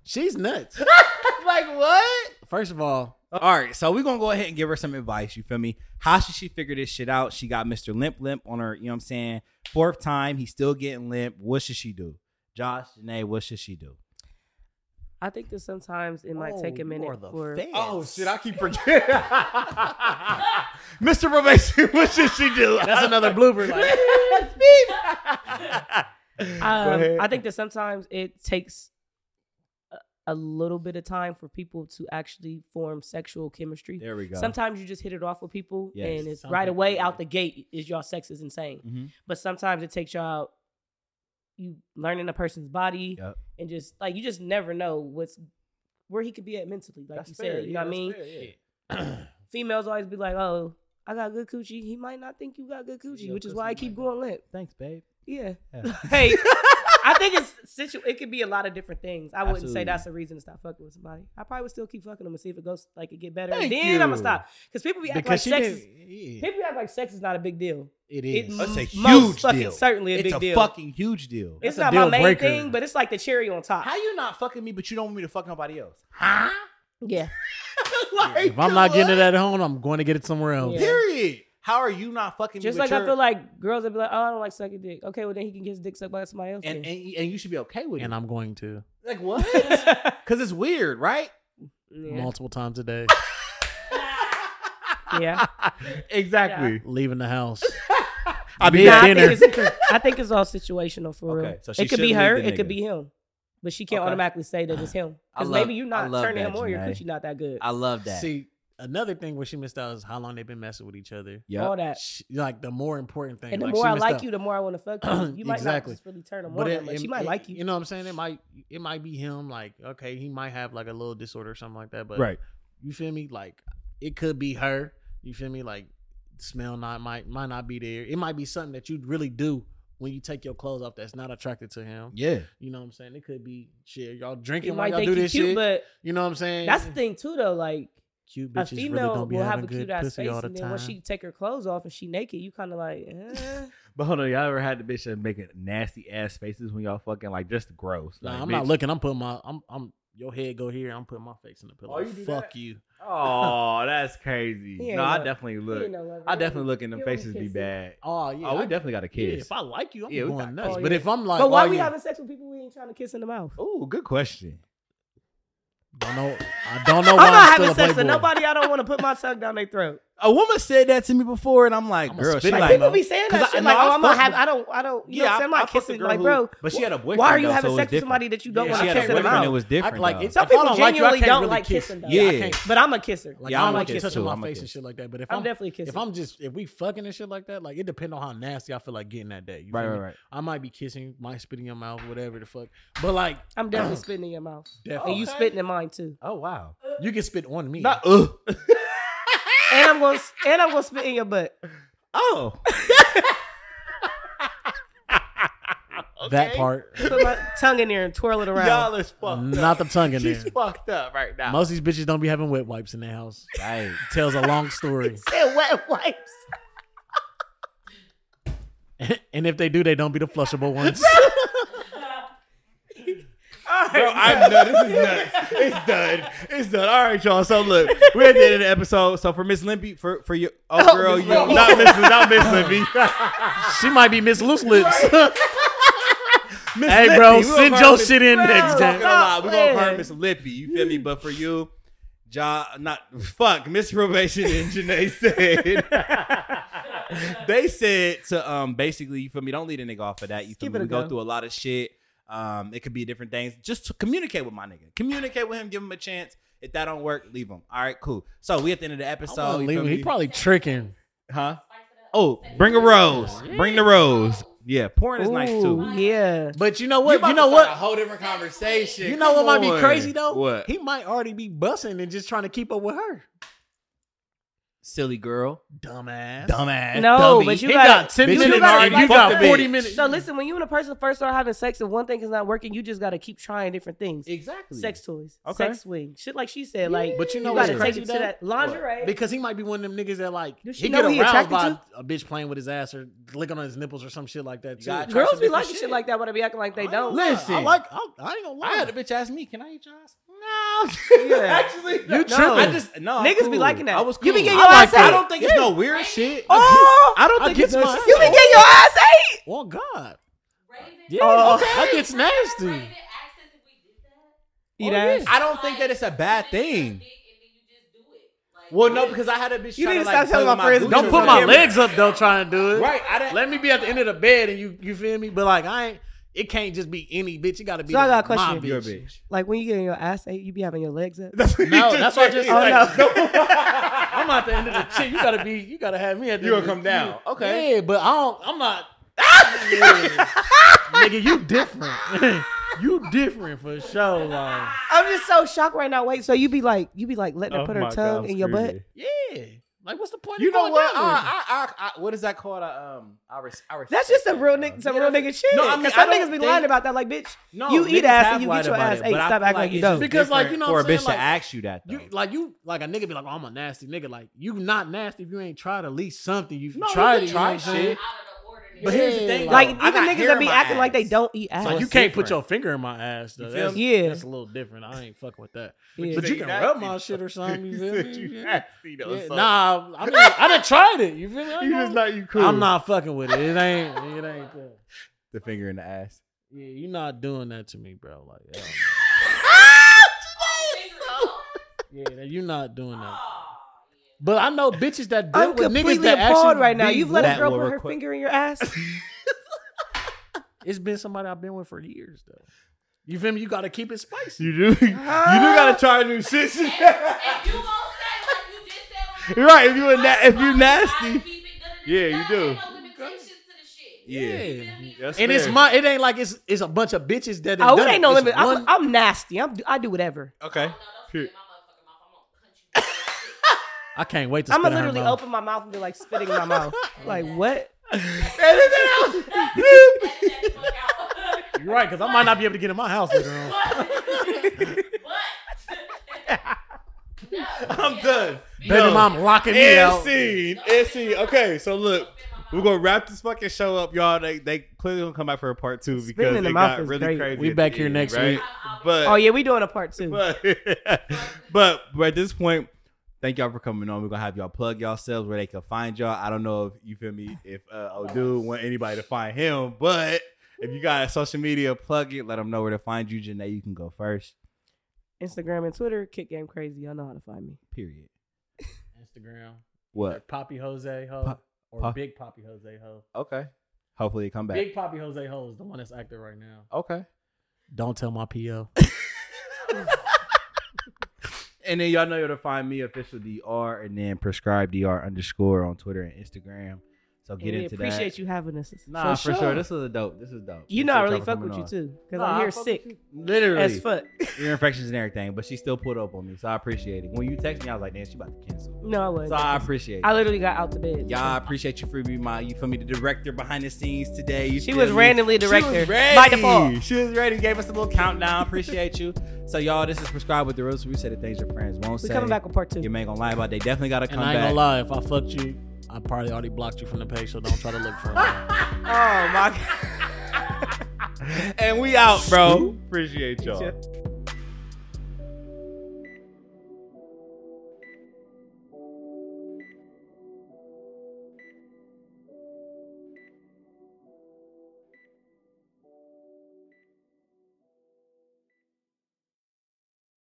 Speaker 3: She's nuts.
Speaker 1: like what?
Speaker 3: First of all,
Speaker 1: All right, so we're gonna go ahead and give her some advice. You feel me? How should she figure this shit out? She got Mr. Limp Limp on her, you know what I'm saying? Fourth time, he's still getting limp. What should she do? Josh, Janae, what should she do?
Speaker 2: I think that sometimes it might
Speaker 3: Oh,
Speaker 2: take a
Speaker 3: you are
Speaker 2: minute
Speaker 3: the
Speaker 2: for.
Speaker 3: fans.
Speaker 1: Oh shit, I keep forgetting. Mr. Probation, what should she do?
Speaker 3: that's another blooper. Like,
Speaker 2: Um, I think that sometimes it takes a, a little bit of time for people to actually form sexual chemistry.
Speaker 1: There we go.
Speaker 2: Sometimes you just hit it off with people,
Speaker 1: Yes.
Speaker 2: and it's
Speaker 3: Some
Speaker 2: right
Speaker 3: people
Speaker 2: away
Speaker 3: do.
Speaker 2: out the gate is y'all sex is insane.
Speaker 1: Mhm.
Speaker 2: But sometimes it takes y'all you learning a person's body
Speaker 1: Yep.
Speaker 2: and just like you just never know what's where he could be at mentally. Like you said, you know what I mean? Females always be like, "Oh, I got good coochie." He might not think you got good coochie,
Speaker 3: Your
Speaker 2: which is
Speaker 3: pussy
Speaker 2: why I keep
Speaker 3: might
Speaker 2: going limp.
Speaker 1: Thanks, babe.
Speaker 2: Yeah.
Speaker 1: Yeah.
Speaker 2: hey, I think it's situ- it could be a lot of different things. I wouldn't
Speaker 1: Absolutely.
Speaker 2: say that's a reason to stop fucking with somebody. I probably would still keep fucking them and see if it goes like it get better.
Speaker 1: Thank
Speaker 2: and then I'm
Speaker 1: you.
Speaker 2: gonna stop because people be acting
Speaker 3: because she
Speaker 2: like sex.
Speaker 3: did.
Speaker 2: Is,
Speaker 3: Yeah,
Speaker 2: people act like sex is not a big deal.
Speaker 3: it
Speaker 2: It
Speaker 3: is.
Speaker 1: That's a
Speaker 2: m-
Speaker 1: huge
Speaker 2: most fucking
Speaker 1: deal.
Speaker 2: certainly a
Speaker 1: it's
Speaker 2: big
Speaker 1: a
Speaker 2: deal.
Speaker 1: fucking huge deal.
Speaker 2: it's
Speaker 3: a
Speaker 2: not
Speaker 3: deal
Speaker 2: my main
Speaker 3: breaker.
Speaker 2: thing, but it's like the cherry on top.
Speaker 1: How you not fucking me, but you don't want me to fuck nobody else? Oh,
Speaker 2: yeah,
Speaker 1: like,
Speaker 3: if I'm not getting
Speaker 1: what?
Speaker 3: it at home, I'm going to get it somewhere else.
Speaker 2: Yeah.
Speaker 1: Period. How are you not fucking me?
Speaker 2: just
Speaker 1: but
Speaker 2: like I
Speaker 1: you're-
Speaker 2: feel like girls would be like, "Oh, I don't like sucking dick." Okay, well then he can get his dick sucked by somebody else.
Speaker 1: and,
Speaker 2: then.
Speaker 1: and and you should be okay with
Speaker 3: And
Speaker 1: it.
Speaker 3: I'm going to
Speaker 1: like what? Because it's weird, right?
Speaker 2: yeah.
Speaker 3: multiple times a day,
Speaker 2: Yeah.
Speaker 1: exactly.
Speaker 3: leaving the house.
Speaker 1: I'll be
Speaker 3: Mid
Speaker 2: Nah,
Speaker 1: back.
Speaker 2: I,
Speaker 3: dinner.
Speaker 2: think it's, I think it's all situational for
Speaker 1: Okay,
Speaker 2: real.
Speaker 1: so she
Speaker 2: it could
Speaker 1: should
Speaker 2: be
Speaker 1: leave
Speaker 2: her,
Speaker 1: the
Speaker 2: it could
Speaker 1: nigga.
Speaker 2: be him, but she can't
Speaker 1: Okay.
Speaker 2: automatically say that it's him
Speaker 1: I
Speaker 2: because
Speaker 1: love-
Speaker 2: maybe you're
Speaker 1: I
Speaker 2: not
Speaker 1: love
Speaker 2: turning
Speaker 1: that,
Speaker 2: him on. Your
Speaker 1: Janae.
Speaker 2: coochie not that good.
Speaker 1: I love that.
Speaker 3: See, another thing where she missed out is how long they've been messing with each other.
Speaker 1: Yep.
Speaker 2: All that.
Speaker 3: She- like the more important thing.
Speaker 2: Uh, And the
Speaker 3: like,
Speaker 2: more
Speaker 3: she
Speaker 2: I
Speaker 3: missed
Speaker 2: like
Speaker 3: out.
Speaker 2: you, the more I want to fuck you. You might
Speaker 3: Exactly.
Speaker 2: not just really turn him
Speaker 3: But
Speaker 2: on,
Speaker 3: it,
Speaker 2: that much.
Speaker 3: it-
Speaker 2: she might
Speaker 3: it-
Speaker 2: like you.
Speaker 3: You know what I'm saying? It might it might be him. Like okay, he might have like a little disorder or something like that. But
Speaker 1: Right.
Speaker 3: you feel me? Like it could be her. You feel me? Like smell not might might not be there. It might be something that you really do when you take your clothes off that's not attracted to him.
Speaker 1: Yeah.
Speaker 3: You know what I'm saying? It could be shit. Y'all drinking
Speaker 2: you
Speaker 3: while
Speaker 2: might
Speaker 3: y'all
Speaker 2: think
Speaker 3: do
Speaker 2: you
Speaker 3: this
Speaker 2: cute,
Speaker 3: shit.
Speaker 2: but
Speaker 3: you know what I'm saying?
Speaker 2: that's the thing too, though. Like
Speaker 3: cute
Speaker 2: a
Speaker 3: bitches really
Speaker 2: female
Speaker 3: don't be
Speaker 2: will have
Speaker 3: having
Speaker 2: a cute
Speaker 3: good
Speaker 2: ass
Speaker 3: pussy
Speaker 2: face,
Speaker 3: all the
Speaker 2: and then
Speaker 3: time.
Speaker 2: when she take her clothes off and she naked, you kind of like, eh.
Speaker 1: But hold on, y'all ever had the bitch that making nasty ass faces when y'all fucking like just gross?
Speaker 3: Nah,
Speaker 1: Like,
Speaker 3: I'm
Speaker 1: bitch.
Speaker 3: not looking. I'm putting my I'm I'm your head go here. I'm putting my face in the pillow.
Speaker 1: Oh, you do
Speaker 3: Fuck
Speaker 1: that?
Speaker 3: you.
Speaker 1: Oh, that's crazy.
Speaker 2: He ain't
Speaker 1: No, I
Speaker 2: no-
Speaker 1: definitely
Speaker 2: You
Speaker 1: look.
Speaker 2: know, lover,
Speaker 1: I
Speaker 2: you
Speaker 1: definitely
Speaker 2: know.
Speaker 1: look in them
Speaker 2: you don't
Speaker 1: faces
Speaker 2: kiss
Speaker 1: be
Speaker 2: it.
Speaker 1: bad.
Speaker 3: Oh yeah.
Speaker 1: oh, we
Speaker 3: I-
Speaker 1: definitely got a
Speaker 3: yeah,
Speaker 1: kiss.
Speaker 3: if I like you, I'm
Speaker 1: Yeah, we got-
Speaker 3: going nuts.
Speaker 2: oh,
Speaker 3: But
Speaker 2: yeah.
Speaker 3: if I'm like,
Speaker 2: But why
Speaker 3: oh,
Speaker 2: we
Speaker 3: yeah,
Speaker 2: having sex with people we ain't trying to kiss in the mouth?
Speaker 1: oh, good question.
Speaker 3: don't know, I don't know why I'm,
Speaker 2: I'm not
Speaker 3: still
Speaker 2: having
Speaker 3: a
Speaker 2: sex with
Speaker 3: playboy.
Speaker 2: nobody. I don't want to put my tongue down their throat.
Speaker 1: A woman said that to me before, and I'm like,
Speaker 3: I'ma
Speaker 1: girl, she
Speaker 3: spit it.
Speaker 1: like,
Speaker 2: people
Speaker 3: no.
Speaker 2: be saying
Speaker 1: 'Cause
Speaker 2: that
Speaker 1: I-
Speaker 2: shit.
Speaker 1: no,
Speaker 2: like,
Speaker 1: I
Speaker 2: oh, I'm
Speaker 1: fuck
Speaker 2: not having.
Speaker 1: with-
Speaker 2: I don't. I don't. You know what I'm saying? I'm
Speaker 1: I fucked
Speaker 2: not
Speaker 1: a
Speaker 2: kissing.
Speaker 1: girl
Speaker 2: Like,
Speaker 1: who-
Speaker 2: bro,
Speaker 1: But she had a boyfriend.
Speaker 2: why are you
Speaker 1: though,
Speaker 2: having
Speaker 1: so it
Speaker 2: sex
Speaker 1: was
Speaker 2: with
Speaker 1: different.
Speaker 2: somebody that you don't
Speaker 1: Yeah,
Speaker 2: want
Speaker 1: she
Speaker 2: to
Speaker 1: had a
Speaker 2: kiss in the
Speaker 1: boyfriend. It
Speaker 2: mouth?
Speaker 1: was different.
Speaker 3: I- like,
Speaker 1: though.
Speaker 3: it's-
Speaker 2: Some
Speaker 3: If I
Speaker 2: people
Speaker 3: don't like you, I
Speaker 2: genuinely
Speaker 3: can't
Speaker 2: don't
Speaker 3: really
Speaker 2: like
Speaker 3: kiss.
Speaker 2: kissing though.
Speaker 1: Yeah.
Speaker 3: I can't.
Speaker 2: But I'm a kisser.
Speaker 3: Like,
Speaker 1: Yeah, I'm
Speaker 3: I don't
Speaker 1: a
Speaker 3: like
Speaker 1: kiss
Speaker 3: touching
Speaker 1: too.
Speaker 3: my
Speaker 1: I'm a
Speaker 3: face
Speaker 1: kiss.
Speaker 3: and shit like that. But if
Speaker 2: I'm
Speaker 3: I'm,
Speaker 2: definitely a kisser.
Speaker 3: if I'm just if we fucking and shit like that, like it depends on how nasty I feel like getting that day. You
Speaker 1: right,
Speaker 3: feel
Speaker 1: right,
Speaker 3: me?
Speaker 1: right.
Speaker 3: I might be kissing, might spit in your mouth, whatever the fuck. But like,
Speaker 2: I'm definitely spitting in your mouth.
Speaker 3: definitely,
Speaker 2: And you
Speaker 3: you,
Speaker 2: spitting in mine too.
Speaker 1: Oh wow.
Speaker 3: can spit on me.
Speaker 1: Not ugh.
Speaker 2: And I'm gonna and I'm gonna spit in your butt.
Speaker 1: Oh.
Speaker 3: That part,
Speaker 2: Put my tongue in there and twirl it around.
Speaker 1: Y'all is fucked
Speaker 3: not the
Speaker 1: up.
Speaker 3: tongue in
Speaker 1: She's
Speaker 3: there.
Speaker 1: fucked up right now.
Speaker 3: Most of these bitches don't be having wet wipes in their house.
Speaker 1: right.
Speaker 3: Tells a long story,
Speaker 2: said wet wipes.
Speaker 3: and if they do, they don't be the flushable ones.
Speaker 2: I hard.
Speaker 1: Bro, I'm done. This is nuts. It's done. It's done. All right, y'all. So look, we're at the end of the episode. So for Miss Limpy, for for you, oh,
Speaker 2: Oh,
Speaker 1: girl,
Speaker 2: Miss
Speaker 1: you
Speaker 2: Limpy.
Speaker 1: not Miss not Miss Limpy.
Speaker 3: She might be Miss Loose Lips.
Speaker 1: Miss
Speaker 3: hey,
Speaker 1: Lippy,
Speaker 3: bro,
Speaker 1: we gonna
Speaker 3: send
Speaker 1: call
Speaker 3: your
Speaker 1: her Miss-
Speaker 3: shit in
Speaker 2: Bro.
Speaker 3: next
Speaker 1: Talking a
Speaker 3: time.
Speaker 1: lot. We gonna call her
Speaker 2: Man.
Speaker 1: Miss Lippy. You feel me? But for you, Ja, not fuck Miss Probation and Janae said they said to um basically you feel me? Don't lead a nigga off of that. You feel
Speaker 2: Give
Speaker 1: me?
Speaker 2: it
Speaker 1: We
Speaker 2: a
Speaker 1: go
Speaker 2: go.
Speaker 1: through a lot of shit. Um, it could be different things. Just to communicate with my nigga. Communicate with him. Give him a chance. If that don't work, leave him. All right, cool. So we at the end of the episode. you feel
Speaker 3: Unbelievable. He
Speaker 1: me?
Speaker 3: probably tricking.
Speaker 1: huh? Oh, bring a rose. Bring the rose. Yeah, porn is nice too.
Speaker 2: Ooh, Yeah.
Speaker 3: But you know what? You,
Speaker 1: about
Speaker 3: know
Speaker 1: to
Speaker 3: what?
Speaker 1: start A whole different conversation.
Speaker 3: You know what
Speaker 1: Come
Speaker 3: might be
Speaker 1: on.
Speaker 3: crazy though?
Speaker 1: What?
Speaker 3: He might already be bussing and just trying to keep up with her.
Speaker 1: Silly girl.
Speaker 3: Dumbass.
Speaker 1: Dumbass.
Speaker 2: No,
Speaker 1: dummy.
Speaker 2: but you
Speaker 3: He
Speaker 2: gotta-
Speaker 3: got ten
Speaker 1: Bitch, you
Speaker 3: minutes
Speaker 2: gotta
Speaker 3: and you
Speaker 2: like
Speaker 3: got
Speaker 1: fuck the
Speaker 3: forty
Speaker 1: bitch.
Speaker 3: minutes.
Speaker 2: So listen, when you and a person first start having sex and one thing is not working, you just gotta keep trying different things.
Speaker 1: Exactly.
Speaker 2: Sex toys,
Speaker 1: Okay.
Speaker 2: sex swing, shit like she said. Like,
Speaker 3: But you know
Speaker 2: you
Speaker 3: what's
Speaker 2: gotta take
Speaker 3: crazy
Speaker 2: it to
Speaker 3: though?
Speaker 2: that lingerie.
Speaker 3: Because he might be one of them niggas that like
Speaker 2: Does she
Speaker 3: he
Speaker 2: know
Speaker 3: get
Speaker 2: he
Speaker 3: aroused by
Speaker 2: attracted
Speaker 3: a bitch playing with his ass or licking on his nipples or some shit like that
Speaker 1: You
Speaker 3: too.
Speaker 1: gotta try
Speaker 2: Girls
Speaker 1: some
Speaker 2: be
Speaker 1: different
Speaker 2: liking shit. like that, but they be acting like they don't.
Speaker 3: Listen, I
Speaker 1: Listen.
Speaker 3: like. I, I ain't gonna lie.
Speaker 1: I had a bitch ask me, "Can I eat yours?"
Speaker 2: Yeah.
Speaker 1: No. Actually, you no.
Speaker 3: tripping.
Speaker 1: I just no. I'm
Speaker 2: Niggas be
Speaker 1: cool.
Speaker 2: liking that.
Speaker 1: I was cool.
Speaker 2: You be getting
Speaker 1: I
Speaker 2: your
Speaker 1: like
Speaker 2: ass
Speaker 1: that.
Speaker 2: ate.
Speaker 1: I don't think it's no weird shit.
Speaker 2: Oh,
Speaker 1: I don't
Speaker 3: I
Speaker 1: think
Speaker 3: get
Speaker 1: it's no
Speaker 3: my-
Speaker 1: shit.
Speaker 2: you be getting your ass ate.
Speaker 3: Oh God,
Speaker 5: Raven.
Speaker 3: yeah,
Speaker 2: Oh,
Speaker 3: that gets
Speaker 5: Raven
Speaker 3: nasty.
Speaker 5: asked us if we did that.
Speaker 2: You
Speaker 1: Oh,
Speaker 2: know?
Speaker 1: yeah. I don't think that it's a bad thing.
Speaker 5: Dick, and then you just do it. Like,
Speaker 1: Well, no, because I had a bitch.
Speaker 2: You
Speaker 1: trying
Speaker 2: need
Speaker 1: to
Speaker 2: to stop
Speaker 1: like,
Speaker 2: telling
Speaker 1: play
Speaker 2: my
Speaker 1: with
Speaker 2: friends
Speaker 1: Gucci
Speaker 3: Don't
Speaker 1: on
Speaker 3: put my
Speaker 1: camera.
Speaker 3: legs up though trying to do it.
Speaker 1: Right. I didn't.
Speaker 3: Let me be at the end of the bed and you you feel me? But like I ain't. It can't just be any bitch. It gotta be
Speaker 2: So I got a
Speaker 3: like, my
Speaker 2: question.
Speaker 1: You're a
Speaker 3: bitch.
Speaker 1: bitch.
Speaker 2: Like when you getting your ass ate, you be having your legs up.
Speaker 3: No, that's what I just said.
Speaker 2: Oh,
Speaker 3: I'm at the end of the shit. You gotta be. You gotta have me at the.
Speaker 1: You
Speaker 3: end
Speaker 1: gonna
Speaker 3: of the-
Speaker 1: come down? Okay.
Speaker 3: Yeah, but I don't. I'm not. Yeah. Nigga, you different. you different for sure. Like,
Speaker 2: I'm just so shocked right now. Wait, so you be like, you be like letting her
Speaker 1: Oh
Speaker 2: put
Speaker 1: my
Speaker 2: her
Speaker 1: God,
Speaker 2: tongue
Speaker 1: I'm
Speaker 2: in your butt?
Speaker 1: screaming.
Speaker 3: yeah. Like, what's the point?
Speaker 1: You
Speaker 3: of
Speaker 1: know
Speaker 3: going
Speaker 1: what?
Speaker 3: down there?
Speaker 1: I, I, I, I, what is that called? I, um, I, res- I
Speaker 2: That's
Speaker 1: respect
Speaker 2: just some
Speaker 1: that,
Speaker 2: real
Speaker 1: bro.
Speaker 2: nigga, some
Speaker 1: You
Speaker 2: real
Speaker 1: know what
Speaker 2: nigga shit.
Speaker 1: No, I mean,
Speaker 2: Cause
Speaker 1: I
Speaker 2: some
Speaker 1: don't
Speaker 2: niggas be
Speaker 1: think-
Speaker 2: lying about that. Like, bitch,
Speaker 1: I'm saying? No,
Speaker 2: you
Speaker 1: niggas
Speaker 2: eat ass
Speaker 1: have
Speaker 2: and you
Speaker 1: lied
Speaker 2: get your
Speaker 1: about
Speaker 2: ass
Speaker 1: it,
Speaker 2: ate.
Speaker 1: but I
Speaker 2: Stop
Speaker 1: feel
Speaker 2: acting like you
Speaker 1: it's
Speaker 2: don't.
Speaker 3: Because, like,
Speaker 1: different
Speaker 3: you know
Speaker 1: for a
Speaker 3: what I'm
Speaker 1: bitch
Speaker 3: saying?
Speaker 1: to
Speaker 3: Like,
Speaker 1: ask you that. Though.
Speaker 3: You like you like a nigga be like, oh, I'm a nasty nigga. Like you not nasty if you ain't tried at least something. You've
Speaker 1: No, you
Speaker 3: tried
Speaker 1: can
Speaker 3: it, you
Speaker 1: try
Speaker 3: know what I'm
Speaker 1: shit.
Speaker 3: saying?
Speaker 5: out of the ordinary.
Speaker 1: but here's the thing,
Speaker 3: Yeah.
Speaker 2: like
Speaker 1: though,
Speaker 2: even
Speaker 1: I got
Speaker 2: niggas
Speaker 1: hair
Speaker 2: that
Speaker 1: in
Speaker 2: be
Speaker 1: my
Speaker 2: acting like they
Speaker 1: ass.
Speaker 2: don't eat ass.
Speaker 3: So
Speaker 1: Like,
Speaker 3: you
Speaker 1: What's
Speaker 3: can't put
Speaker 1: different?
Speaker 3: your finger in my ass though.
Speaker 1: You feel
Speaker 3: That's,
Speaker 1: me?
Speaker 2: Yeah.
Speaker 3: that's a little different. I ain't fucking with that.
Speaker 2: Yeah.
Speaker 3: But you can rub my shit or something. You feel me? Yeah. Yeah, Nah, I mean, I done tried it. You feel me? I
Speaker 1: you just
Speaker 3: know.
Speaker 1: not you cool.
Speaker 3: I'm not fucking with it. It ain't. It ain't. That.
Speaker 1: the finger in the ass.
Speaker 3: Yeah, you not doing that to me, bro. Like, hell no. yeah, you not doing that. But I know bitches that deal
Speaker 2: I'm
Speaker 3: with niggas
Speaker 2: completely
Speaker 3: that
Speaker 2: appalled
Speaker 3: actually
Speaker 2: right now.
Speaker 3: be
Speaker 2: You've let
Speaker 1: that
Speaker 2: a girl
Speaker 1: will
Speaker 2: put her
Speaker 1: requ-
Speaker 2: finger in your ass.
Speaker 3: It's been somebody I've been with for years though. You feel me? You gotta keep it spicy.
Speaker 1: You do. You do gotta try new shit.
Speaker 5: If you won't say like you just said, like,
Speaker 1: right. If you a na- if you
Speaker 5: you gotta
Speaker 1: nasty.
Speaker 5: keep it good enough.
Speaker 1: Yeah, you do.
Speaker 5: Ain't no limitations to the shit. You
Speaker 1: Yeah.
Speaker 5: feel me?
Speaker 1: That's
Speaker 3: And it's
Speaker 1: fair.
Speaker 3: my. It ain't like it's it's a bunch of bitches that.
Speaker 2: oh,
Speaker 3: done
Speaker 2: it ain't no
Speaker 3: It's
Speaker 2: limit. I'm,
Speaker 3: one-
Speaker 2: I'm nasty. I'm, I do whatever.
Speaker 1: okay.
Speaker 5: No, don't spit
Speaker 1: Period.
Speaker 5: in my motherfucking mouth. I'm gonna punch you. in the
Speaker 3: I can't wait to.
Speaker 2: I'm
Speaker 3: spit
Speaker 2: gonna
Speaker 3: in her
Speaker 2: literally
Speaker 3: mouth.
Speaker 2: open my mouth and be like spitting in my mouth. Like what?
Speaker 5: shit. Get that fuck out.
Speaker 3: You're right, because I might not be able to get in my house later on.
Speaker 1: I'm done.
Speaker 3: Baby mom locking me
Speaker 1: And
Speaker 3: out.
Speaker 1: scene. And scene. Okay. So look. We're gonna wrap this fucking show up, y'all. They they clearly gonna come back for a part two because
Speaker 2: Spitting in the
Speaker 1: it
Speaker 2: mouth
Speaker 1: got
Speaker 2: is
Speaker 1: really
Speaker 2: great.
Speaker 1: crazy.
Speaker 3: We
Speaker 1: at
Speaker 3: back
Speaker 1: the
Speaker 3: here
Speaker 1: end,
Speaker 3: next
Speaker 1: right?
Speaker 3: week.
Speaker 1: But
Speaker 2: Oh yeah, we doing a part two.
Speaker 1: but, but but at this point, thank y'all for coming on. We're gonna have y'all plug yourselves where they can find y'all. I don't know if you feel me if uh Odu want anybody to find him, but if you got social media, plug it, let them know where to find you. Janae, you can go first.
Speaker 2: Instagram and Twitter, Kick Game Crazy. Y'all know how to find me.
Speaker 1: Period.
Speaker 3: Instagram.
Speaker 1: What?
Speaker 3: Poppy Jose Ho
Speaker 1: Pop-
Speaker 3: or
Speaker 1: Pop-
Speaker 3: Big Poppy Jose Ho.
Speaker 1: Okay. Hopefully you come back.
Speaker 3: Big Poppy Jose Ho is the one that's active right now.
Speaker 1: Okay.
Speaker 3: Oh, Don't tell my PO.
Speaker 1: And then y'all know where to find me official DR and then prescribe DR underscore on Twitter and Instagram. So
Speaker 2: And
Speaker 1: get
Speaker 2: we
Speaker 1: into that.
Speaker 2: appreciate you having us.
Speaker 1: Nah, for, sure. This was a dope. This is dope.
Speaker 2: You know I really fuck with you too, cause
Speaker 3: Nah,
Speaker 2: I'm
Speaker 3: I
Speaker 2: here
Speaker 3: fuck with
Speaker 2: sick
Speaker 1: Literally.
Speaker 2: as fuck.
Speaker 1: ear infections and everything, but she still pulled up on me, so I appreciate it. When you text me, I was like, damn, she about to cancel.
Speaker 2: No, I
Speaker 1: So
Speaker 2: wasn't.
Speaker 1: I appreciate it.
Speaker 2: I literally got out to bed.
Speaker 1: Y'all, I appreciate you for being my, you feel me, the director behind the scenes today. You
Speaker 2: She
Speaker 1: feel
Speaker 2: was
Speaker 1: me?
Speaker 2: randomly
Speaker 1: She
Speaker 2: director
Speaker 1: was
Speaker 2: by default.
Speaker 1: She was ready. Gave us a little countdown. Appreciate you. So y'all, this is prescribed with the rules. We say the things your friends won't
Speaker 2: We
Speaker 1: say.
Speaker 2: coming back with part
Speaker 1: You
Speaker 2: two.
Speaker 1: ain't gonna lie about. it. They definitely gotta come
Speaker 3: And I ain't
Speaker 1: back.
Speaker 3: gonna lie, if I fucked you, I probably already blocked you from the page, so don't try to look for me.
Speaker 2: Oh my god.
Speaker 1: Oh, and we out, bro. Appreciate y'all.
Speaker 6: Yeah.